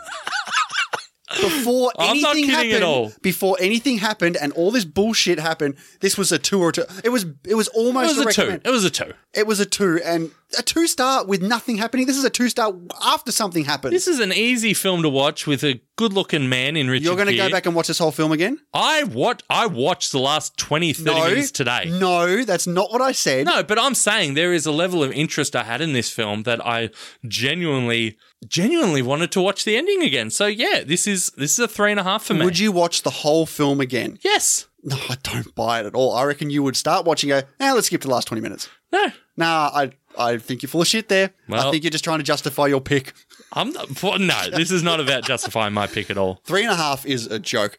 Before
I'm
anything
not kidding
happened,
at all.
before anything happened, and all this bullshit happened, this was a two or a two. It was it was almost
It was a two.
recommend.
It was a two.
It was a two, and a two star with nothing happening. This is a two star after something happened.
This is an easy film to watch with a good-looking man in Richard.
You're going to go
Gere.
back and watch this whole film again?
I what I watched the last 20, 30 minutes today.
No, that's not what I said.
No, but I'm saying there is a level of interest I had in this film that I genuinely, genuinely wanted to watch the ending again. So yeah, this is this is a three and a half for me.
Would you watch the whole film again?
Yes.
No, I don't buy it at all. I reckon you would start watching and go, now let's skip to the last 20 minutes.
No.
Nah, I, I think you're full of shit there. I
Well-
think you're just trying to justify your pick.
I'm not, well, no. This is not about justifying my pick at all.
Three and a half is a joke.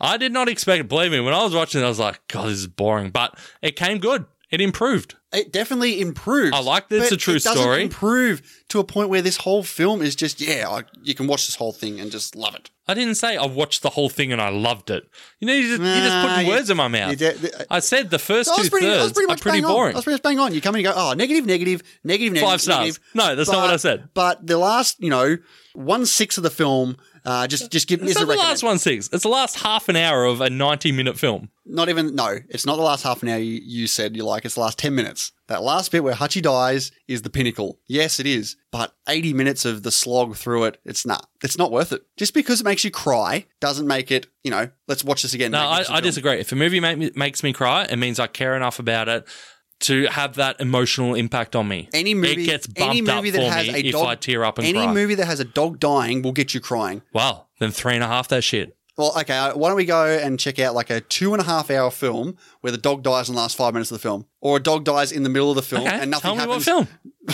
I did not expect. Believe me, when I was watching, it, I was like, God, this is boring. But it came good. It improved.
It definitely improves.
I like that it's
but
a true
it doesn't
story.
improve to a point where this whole film is just, yeah, I, you can watch this whole thing and just love it.
I didn't say I watched the whole thing and I loved it. You know, you just, you're just
Nah,
putting
Ah, you-
words in my
you
mouth.
de- de-
I said the first
I
two
was pretty, I was
thirds
pretty
are
much
pretty
bang on.
boring.
I was pretty much bang on. You come in and you go, oh, negative, negative, negative, negative.
Five stars.
negative."
No, that's not what I said.
But the last, you know, one sixth of the film Uh, just just give. Is
It's
a
not the
recommend.
last one six. It's the last half an hour of a ninety-minute film.
Not even no. It's not the last half an hour you, you said you like. It's the last ten minutes. That last bit where Hutchie dies is the pinnacle. Yes, it is. But eighty minutes of the slog through it, it's not. It's not worth it. Just because it makes you cry doesn't make it. You know, let's watch this again.
No, I,
magnificent
I
film.
disagree. If a movie make me, makes me cry, it means I care enough about it to have that emotional impact on me.
Any movie,
it gets bumped
any movie
up
that
for
has
me
a
if
dog,
I tear up and
any
cry.
movie that has a dog dying will get you crying.
wow, then three and a half that shit.
Well, okay. uh, Why don't we go and check out like a two and a half hour film where the dog dies in the last five minutes of the film, or a dog dies in the middle of the film
Okay,
and nothing
tell me
happens.
what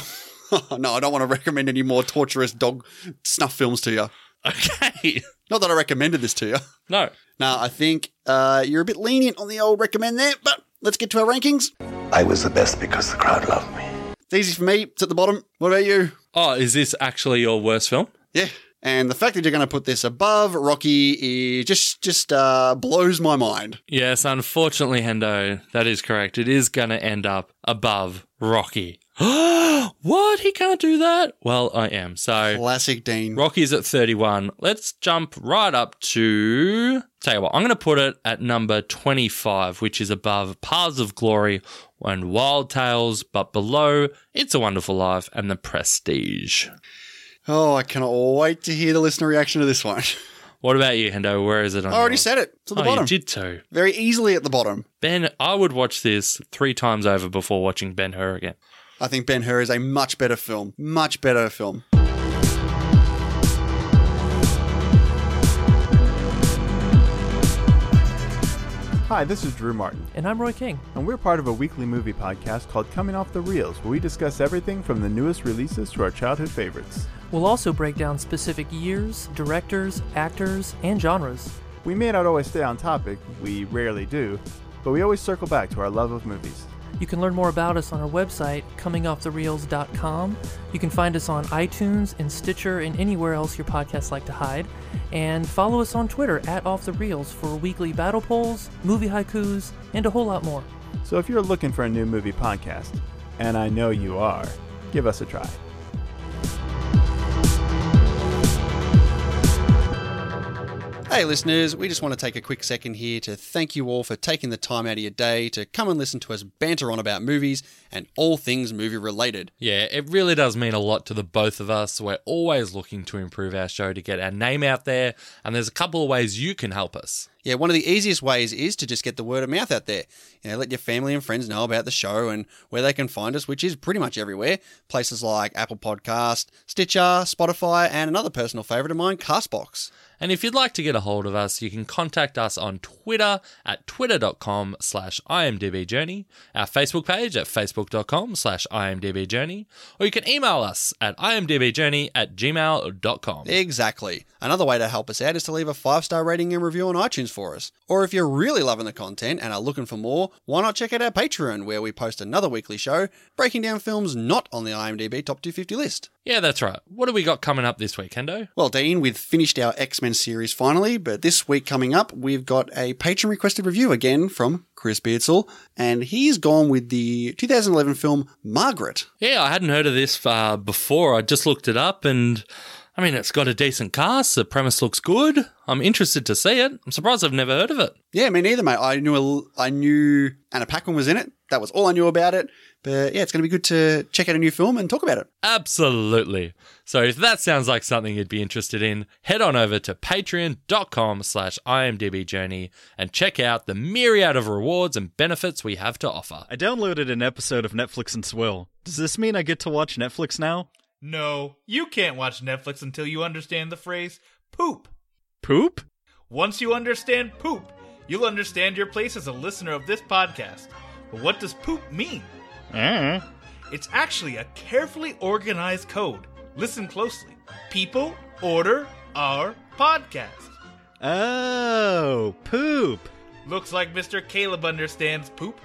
*laughs*
film. *laughs*
no, I don't want to recommend any more torturous dog snuff films to you.
Okay.
Not that I recommended this to you. *laughs*
No.
No, I think uh, you're a bit lenient on the old recommend there, but let's get to our rankings.
I was the best because the crowd loved me.
It's easy for me. It's at the bottom. What about you?
Oh, is this actually your worst film?
Yeah. And the fact that you're going to put this above Rocky is just just uh, blows my mind.
Yes, unfortunately, Hendo, that is correct. It is going to end up above Rocky. *gasps* what? He can't do that? Well, I am. So
classic Dean.
Rocky's at 31. Let's jump right up to tell you what, I'm going to put it at number 25, which is above Paths of Glory and Wild Tales, but below It's a Wonderful Life and The Prestige.
Oh, I cannot wait to hear the listener reaction to this one. *laughs*
What about you, Hendo? Where is it on?
I already
yours?
said it. It's at the
oh,
bottom.
You did too.
Very easily at the bottom.
Ben, I would watch this three times over before watching Ben Hur again.
I think Ben Hur is a much better film. Much better film.
Hi, this is Drew Martin.
And I'm Roy King.
And we're part of a weekly movie podcast called Coming Off the Reels, where we discuss everything from the newest releases to our childhood favorites.
We'll also break down specific years, directors, actors, and genres.
We may not always stay on topic, we rarely do, but we always circle back to our love of movies.
You can learn more about us on our website, comingoffthereels.com. You can find us on iTunes and Stitcher and anywhere else your podcasts like to hide. And follow us on Twitter at Off the Reels for weekly battle polls, movie haikus, and a whole lot more.
So if you're looking for a new movie podcast, and I know you are, give us a try.
Hey, listeners, we just want to take a quick second here to thank you all for taking the time out of your day to come and listen to us banter on about movies and all things movie related.
Yeah, it really does mean a lot to the both of us. We're always looking to improve our show to get our name out there, and there's a couple of ways you can help us.
Yeah, one of the easiest ways is to just get the word of mouth out there. You know, let your family and friends know about the show and where they can find us, which is pretty much everywhere. Places like Apple Podcast, Stitcher, Spotify, and another personal favourite of mine, Castbox.
And if you'd like to get a hold of us, you can contact us on Twitter at twitter.com slash imdbjourney, our Facebook page at facebook.com slash imdbjourney, or you can email us at imdbjourney at gmail.com.
Exactly. Another way to help us out is to leave a five star rating and review on iTunes for us. Or if you're really loving the content and are looking for more, why not check out our Patreon, where we post another weekly show breaking down films not on the IMDb Top 250 list.
Yeah, that's right. What do we got coming up this week, Hendo?
Well, Dean, we've finished our X Men series finally, but this week coming up, we've got a patron requested review again from Chris Beardsall, and he's gone with the 2011 film Margaret.
Yeah, I hadn't heard of this uh, before. I just looked it up and I mean, it's got a decent cast. The premise looks good. I'm interested to see it. I'm surprised I've never heard of it.
Yeah, me neither, mate. I knew a l- I knew Anna Paquin was in it. That was all I knew about it. But yeah, it's going to be good to check out a new film and talk about it.
Absolutely. So if that sounds like something you'd be interested in, head on over to patreon.com slash imdbjourney and check out the myriad of rewards and benefits we have to offer.
I downloaded an episode of Netflix and Swill. Does this mean I get to watch Netflix now?
No, you can't watch Netflix until you understand the phrase poop.
Poop?
Once you understand poop, you'll understand your place as a listener of this podcast. But what does poop mean?
Eh?
It's actually a carefully organized code. Listen closely. People order our podcast.
Oh, poop.
Looks like Mr. Caleb understands poop.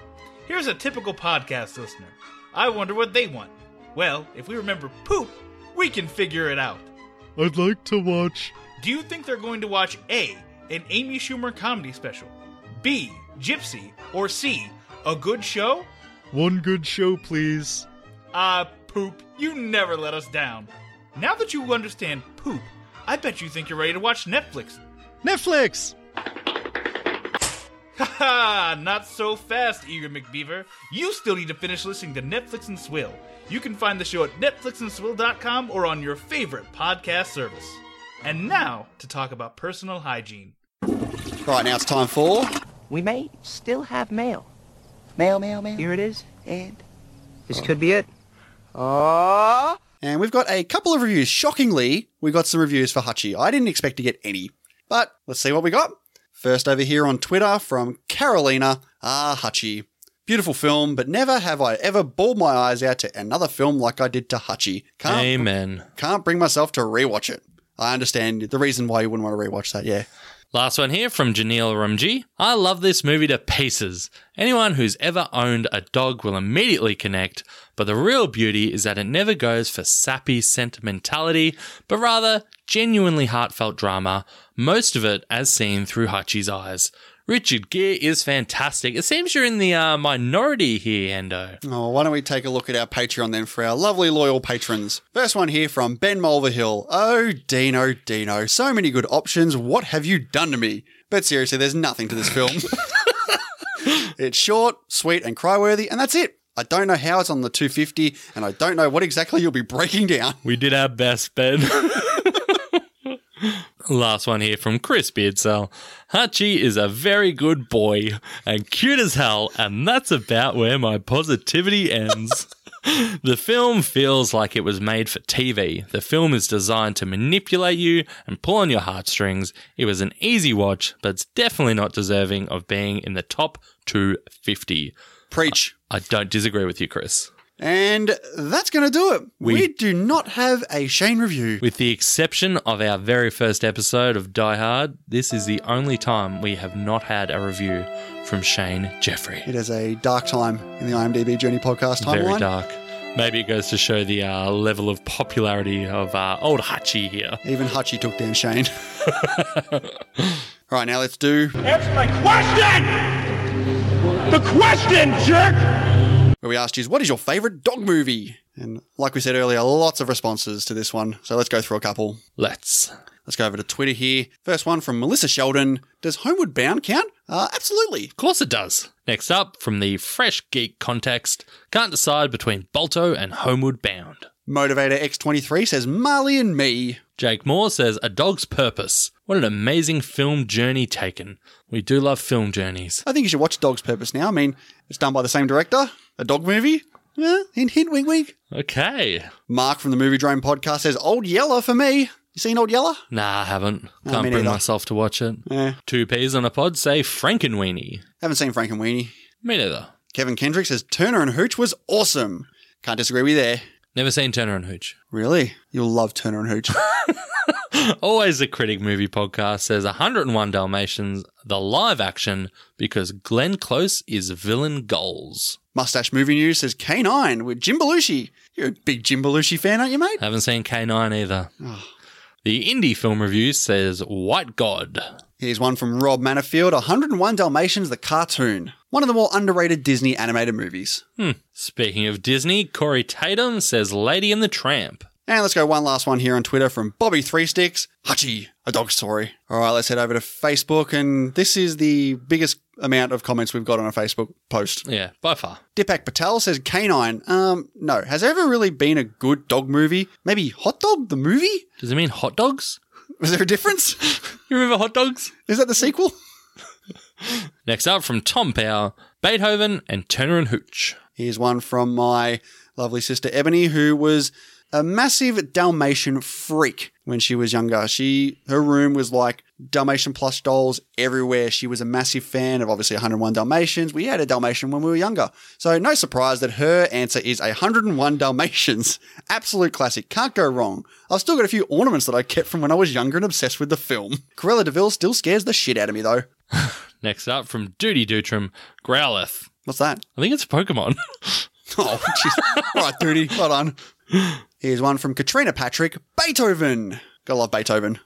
Here's a typical podcast listener. I wonder what they want. Well, if we remember poop, we can figure it out.
I'd like to watch.
Do you think they're going to watch A, an Amy Schumer comedy special, B, Gypsy, or C, a good show? Uh,
One good show, please.
Ah, poop, you never let us down. Now that you understand poop, I bet you think you're ready to watch Netflix.
Netflix!
Haha, not so fast, Eager McBeaver. You still need to finish listening to Netflix and Swill. You can find the show at netflixandswill.com or on your favorite podcast service. And now to talk about personal hygiene.
Right, now it's time for.
We may still have mail. Mail, mail, mail. Here it is. And this could be it.
Uh... And we've got a couple of reviews. Shockingly, we got some reviews for Hutchie. I didn't expect to get any, but let's see what we got. First over here on Twitter from Carolina. Ah, Hutchie. Beautiful film, but never have I ever bawled my eyes out to another film like I did to Hutchie. Can't,
Amen.
Can't bring myself to rewatch it. I understand the reason why you wouldn't want to rewatch that, yeah.
Last one here from Janelle Rumji. I love this movie to pieces. Anyone who's ever owned a dog will immediately connect, but the real beauty is that it never goes for sappy sentimentality, but rather genuinely heartfelt drama, most of it as seen through Hutchie's eyes. Richard Gere is fantastic. It seems you're in the uh, minority here, Endo.
Oh, why don't we take a look at our Patreon then for our lovely loyal patrons? First one here from Ben Mulverhill. Oh, Dino, Dino, so many good options. What have you done to me? But seriously, there's nothing to this film. it's short, sweet, and cry worthy, and that's it. I don't know how it's on the 250, and I don't know what exactly you'll be breaking down.
We did our best, Ben. Last one here from Chris Beardsell. Hachi is a very good boy and cute as hell, and that's about where my positivity ends. the film feels like it was made for TV. The film is designed to manipulate you and pull on your heartstrings. It was an easy watch, but it's definitely not deserving of being in the top 250.
Preach.
I don't disagree with you, Chris.
And that's going to do it. We, do not have a Shane review.
With the exception of our very first episode of Die Hard, this is the only time we have not had a review from Shane Jeffrey.
It is a dark time in the IMDb Journey podcast timeline.
Very dark. Maybe it goes to show the uh, level of popularity of uh, old Hutchie here.
Even Hutchie took down Shane. All right, now let's do
Answer my question! The question, jerk!
where we asked you, what is your favorite dog movie? And like we said earlier, lots of responses to this one. So let's go through a couple.
Let's.
Let's go over to Twitter here. First one from Melissa Sheldon. Does Homeward Bound count? Uh, absolutely.
Of course it does. Next up, from the Fresh Geek context, can't decide between Balto and Homeward Bound.
Motivator X23 says Marley and me.
Jake Moore says, A Dog's Purpose. What an amazing film journey taken. We do love film journeys.
I think you should watch Dog's Purpose now. I mean, it's done by the same director. A dog movie. Eh, hint, hint, wink, wink.
Okay.
Mark from the Movie Drone podcast says Old Yeller for me. You seen Old Yeller?
Nah, I haven't.
No,
Can't
me
bring
neither.
myself to watch it.
Yeah.
Two peas on a pod say Frankenweenie.
Haven't seen Frank and Weenie.
Me neither.
Kevin Kendrick says Turner and Hooch was awesome. Can't disagree with you there.
Never seen Turner and Hooch. *laughs*
Really? You'll love Turner and Hooch.
Always a Critic Movie Podcast says 101 Dalmatians, the live action, because Glenn Close is villain goals.
Mustache Movie News says K9 with Jim Belushi. You're a big Jim Belushi fan, aren't you, mate?
Haven't seen K9 either.
Ah.
The Indie Film Review says White God.
Here's one from Rob Manafield 101 Dalmatians, the cartoon. One of the more underrated Disney animated movies.
Hmm. Speaking of Disney, Corey Tatum says Lady and the Tramp.
And let's go one last one here on Twitter from Bobby Three Sticks. Hutchie, a dog story. All right, let's head over to Facebook, and this is the biggest amount of comments we've got on a Facebook post.
Yeah, by far.
Dipak Patel says Canine. Um, no, has there ever really been a good dog movie? Maybe Hot Dog the movie?
Does it mean hot dogs?
Was there a difference? *laughs*
You remember hot dogs?
Is that the sequel?
Next up from Tom Power, Beethoven and Turner and Hooch.
Here's one from my lovely sister Ebony, who was a massive Dalmatian freak when she was younger. She her room was like Dalmatian plush dolls everywhere. She was a massive fan of obviously 101 Dalmatians. We had a Dalmatian when we were younger. So no surprise that her answer is 101 Dalmatians. Absolute classic. Can't go wrong. I've still got a few ornaments that I kept from when I was younger and obsessed with the film. Corella DeVille still scares the shit out of me though.
Next up from Duty Dutrum, Growlithe.
What's that?
I think it's a Pokemon. *laughs*
*laughs* Oh, jeez. All right, Duty, hold on. Here's one from Katrina Patrick, Beethoven. Gotta love Beethoven.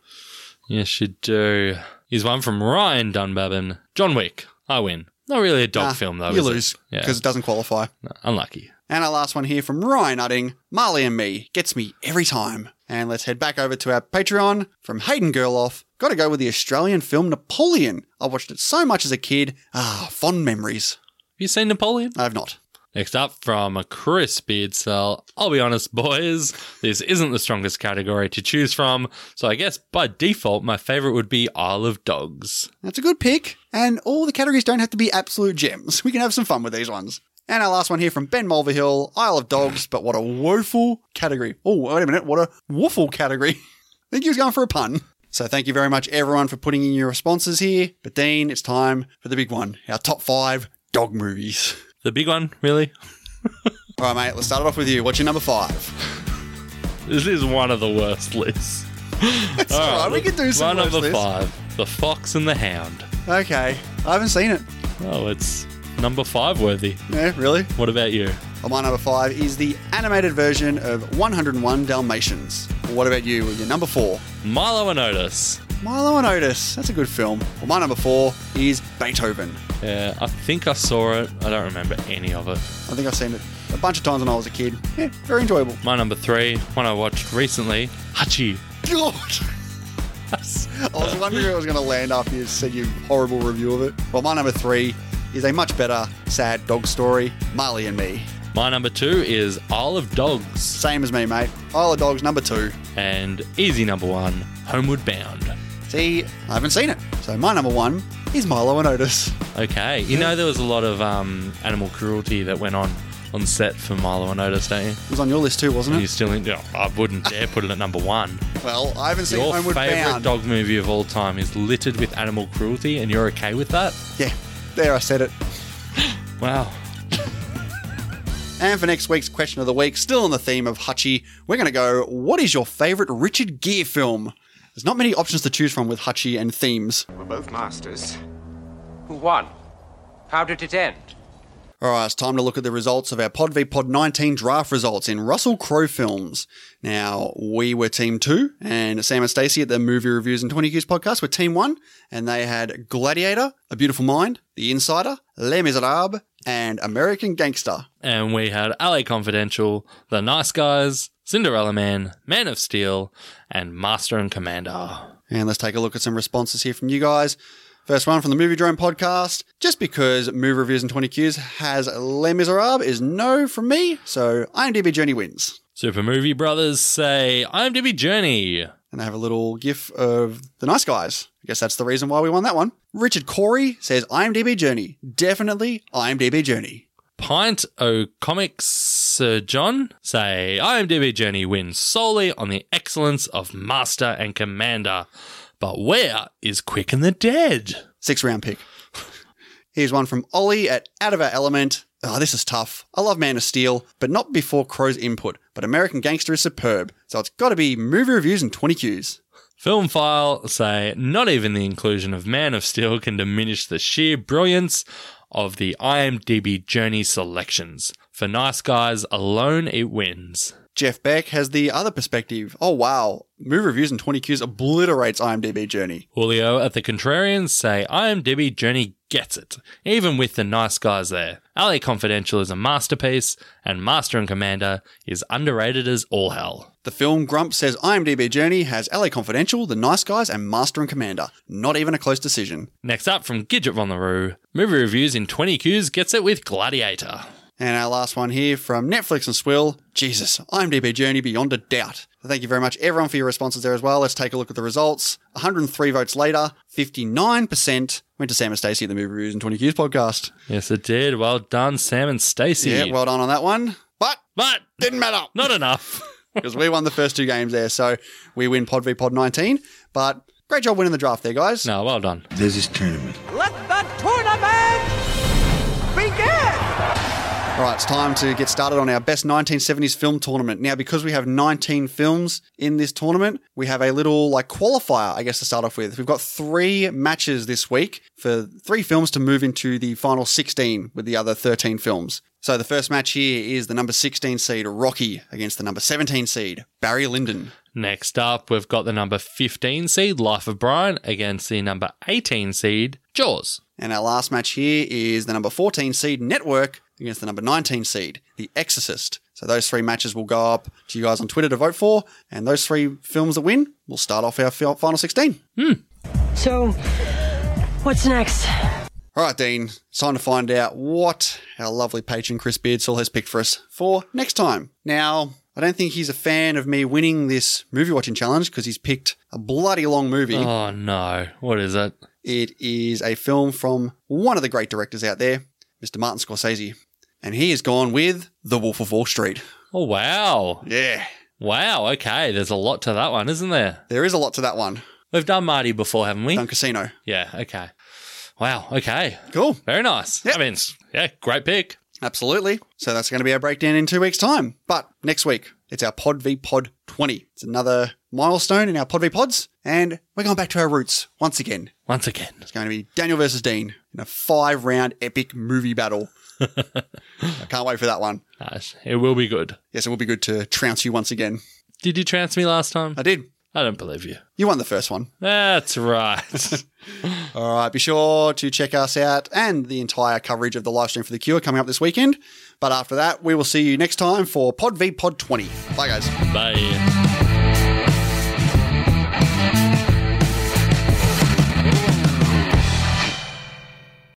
yes, you do. Here's one from Ryan Dunbabin, John Wick. I win. Not really a dog
Nah,
film though.
Ah, You
is it?
lose
Yeah.
because it doesn't qualify.
Unlucky.
And our last one here from Ryan Udding, Marley and Me gets me every time. And let's head back over to our Patreon from Hayden Gerloff. Gotta go with the Australian film Napoleon. I watched it so much as a kid. Ah, fond memories.
Have you seen Napoleon?
I have not.
Next up from Chris Beardsell. I'll be honest, boys, this isn't the strongest category to choose from. So I guess by default, my favorite would be Isle of Dogs.
That's a good pick. And all the categories don't have to be absolute gems. We can have some fun with these ones. And our last one here from Ben Mulverhill, Isle of Dogs, but what a woeful category. Oh, wait a minute, what a woeful category. *laughs* I think he was going for a pun. So thank you very much, everyone, for putting in your responses here. But Dean, it's time for the big one, our top five dog movies. *laughs*
The big one, really?
All right, mate, let's start it off with you. What's your number five?
This is one of the worst lists. That's
all right, we can do some
One of
worse
the
lists.
five The Fox and the Hound.
Okay, I haven't seen it.
Oh, it's number five worthy.
Yeah, really?
What about you?
Well, my number five is the animated version of 101 Dalmatians. What about you? Your number four?
Milo and Otis.
Milo and Otis. That's a good film. Well, my number four is Beethoven.
Yeah, I think I saw it. I don't remember any of it.
I think I've seen it a bunch of times when I was a kid. Yeah, very enjoyable. *laughs*
My number three, one I watched recently, Hachi.
God! I was wondering where it was going to land after you said your horrible review of it. Well, my number three is a much better sad dog story, Marley and Me.
My number two is Isle of Dogs.
Same as me, mate. Isle of Dogs, number two.
And easy number one, Homeward Bound.
See, I haven't seen it. So my number one is Milo and Otis.
Okay, you know there was a lot of um, animal cruelty that went on on set for Milo and Otis, don't you?
It was on your list too, wasn't
You
it?
still, no, I wouldn't dare put it at number one.
Well, I haven't seen
Your
Homeward
favorite
Bound.
dog movie of all time is littered with animal cruelty, and you're okay with that?
Yeah, there I said it.
Wow.
And for next week's question of the week, still on the theme of Hutchie, we're going to go what is your favourite Richard Gere film? There's not many options to choose from with Hutchie and themes.
We're both masters. Who won? How did it end?
All right, it's time to look at the results of our Pod v Pod 19 draft results in Russell Crowe films. Now, we were Team 2, and Sam and Stacey at the Movie Reviews and 20 Qs podcast were Team 1, and they had Gladiator, A Beautiful Mind, The Insider, Les Miserables, and American Gangster.
And we had LA Confidential, The Nice Guys, Cinderella Man, Man of Steel, and Master and Commander.
And let's take a look at some responses here from you guys. First one from the Movie Drone podcast. Just because Movie Reviews and 20 Qs has Les Miserables is no from me, so IMDb Journey wins.
Super Movie Brothers say, I'm Debbie Journey.
And they have a little gif of the nice guys. I guess that's the reason why we won that one. Richard Corey says IMDb Journey. Definitely IMDb Journey.
Pint O Comics Sir John say IMDb Journey wins solely on the excellence of Master and Commander. But where is Quick and the Dead?
Six round pick. Here's one from Ollie at Out of Our Element. Oh, this is tough. I love Man of Steel, but not before Crow's input. But American Gangster is superb, so it's got to be movie reviews and 20 Qs.
Film File say not even the inclusion of Man of Steel can diminish the sheer brilliance of the IMDb Journey selections. For nice guys alone, it wins.
Jeff Beck has the other perspective. Oh, wow. Movie reviews and 20 Qs obliterates IMDb Journey.
Julio at the Contrarians say IMDb Journey gets it, even with the nice guys there. LA Confidential is a masterpiece, and Master and Commander is underrated as all hell.
The film Grump says IMDb Journey has LA Confidential, The Nice Guys, and Master and Commander. Not even a close decision.
Next up from Gidget Von the Roo, movie reviews in 20 Qs gets it with Gladiator.
And our last one here from Netflix and Swill. Jesus, IMDb Journey beyond a doubt. So thank you very much, everyone, for your responses there as well. Let's take a look at the results. 103 votes later, 59% went to Sam and Stacey at the Movie Reviews and 20 Qs podcast.
Yes, it did. Well done, Sam and Stacey.
Yeah, well done on that one. But
but
didn't matter.
Not enough. *laughs*
Because we won the first two games there, so we win Pod v Pod 19. But great job winning the draft there, guys.
No, well done.
There's this tournament.
Let the tournament begin!
All right, it's time to get started on our best 1970s film tournament. Now, because we have 19 films in this tournament, we have a little like qualifier, I guess, to start off with. We've got three matches this week for three films to move into the final 16 with the other 13 films. So the first match here is the number 16 seed Rocky against the number 17 seed Barry Lyndon.
Next up, we've got the number 15 seed, Life of Brian, against the number 18 seed, Jaws.
And our last match here is the number 14 seed Network against the number 19 seed, The Exorcist. So those three matches will go up to you guys on Twitter to vote for, and those three films that win will start off our fi- final 16.
So, what's next?
All right, Dean, it's time to find out what our lovely patron Chris Beardsall has picked for us for next time. Now, I don't think he's a fan of me winning this movie watching challenge because he's picked a bloody long movie.
Oh no! What is it?
It is a film from one of the great directors out there, Mr. Martin Scorsese, and he has gone with The Wolf of Wall Street.
Oh wow!
Yeah.
Wow. Okay. There's a lot to that one, isn't there?
There is a lot to that one.
We've done Marty before, haven't we?
Done Casino.
Yeah. Okay. Wow. Okay.
Cool.
Very nice. I mean, it's- yeah, great pick.
Absolutely. So that's going to be our breakdown in two weeks' time. But next week, it's our Pod v Pod 20. It's another milestone in our Pod v Pods, and we're going back to our roots once again.
Once again.
It's going to be Daniel versus Dean in a five round epic movie battle. I can't wait for that one.
Nice. It will be good.
Yes, it will be good to trounce you once again.
Did you trounce me last time?
I did.
I don't believe you.
You won the first one.
That's right. *laughs*
All right, be sure to check us out and the entire coverage of the live stream for The Cure coming up this weekend. But after that, we will see you next time for Pod v Pod 20. Bye, guys.
Bye.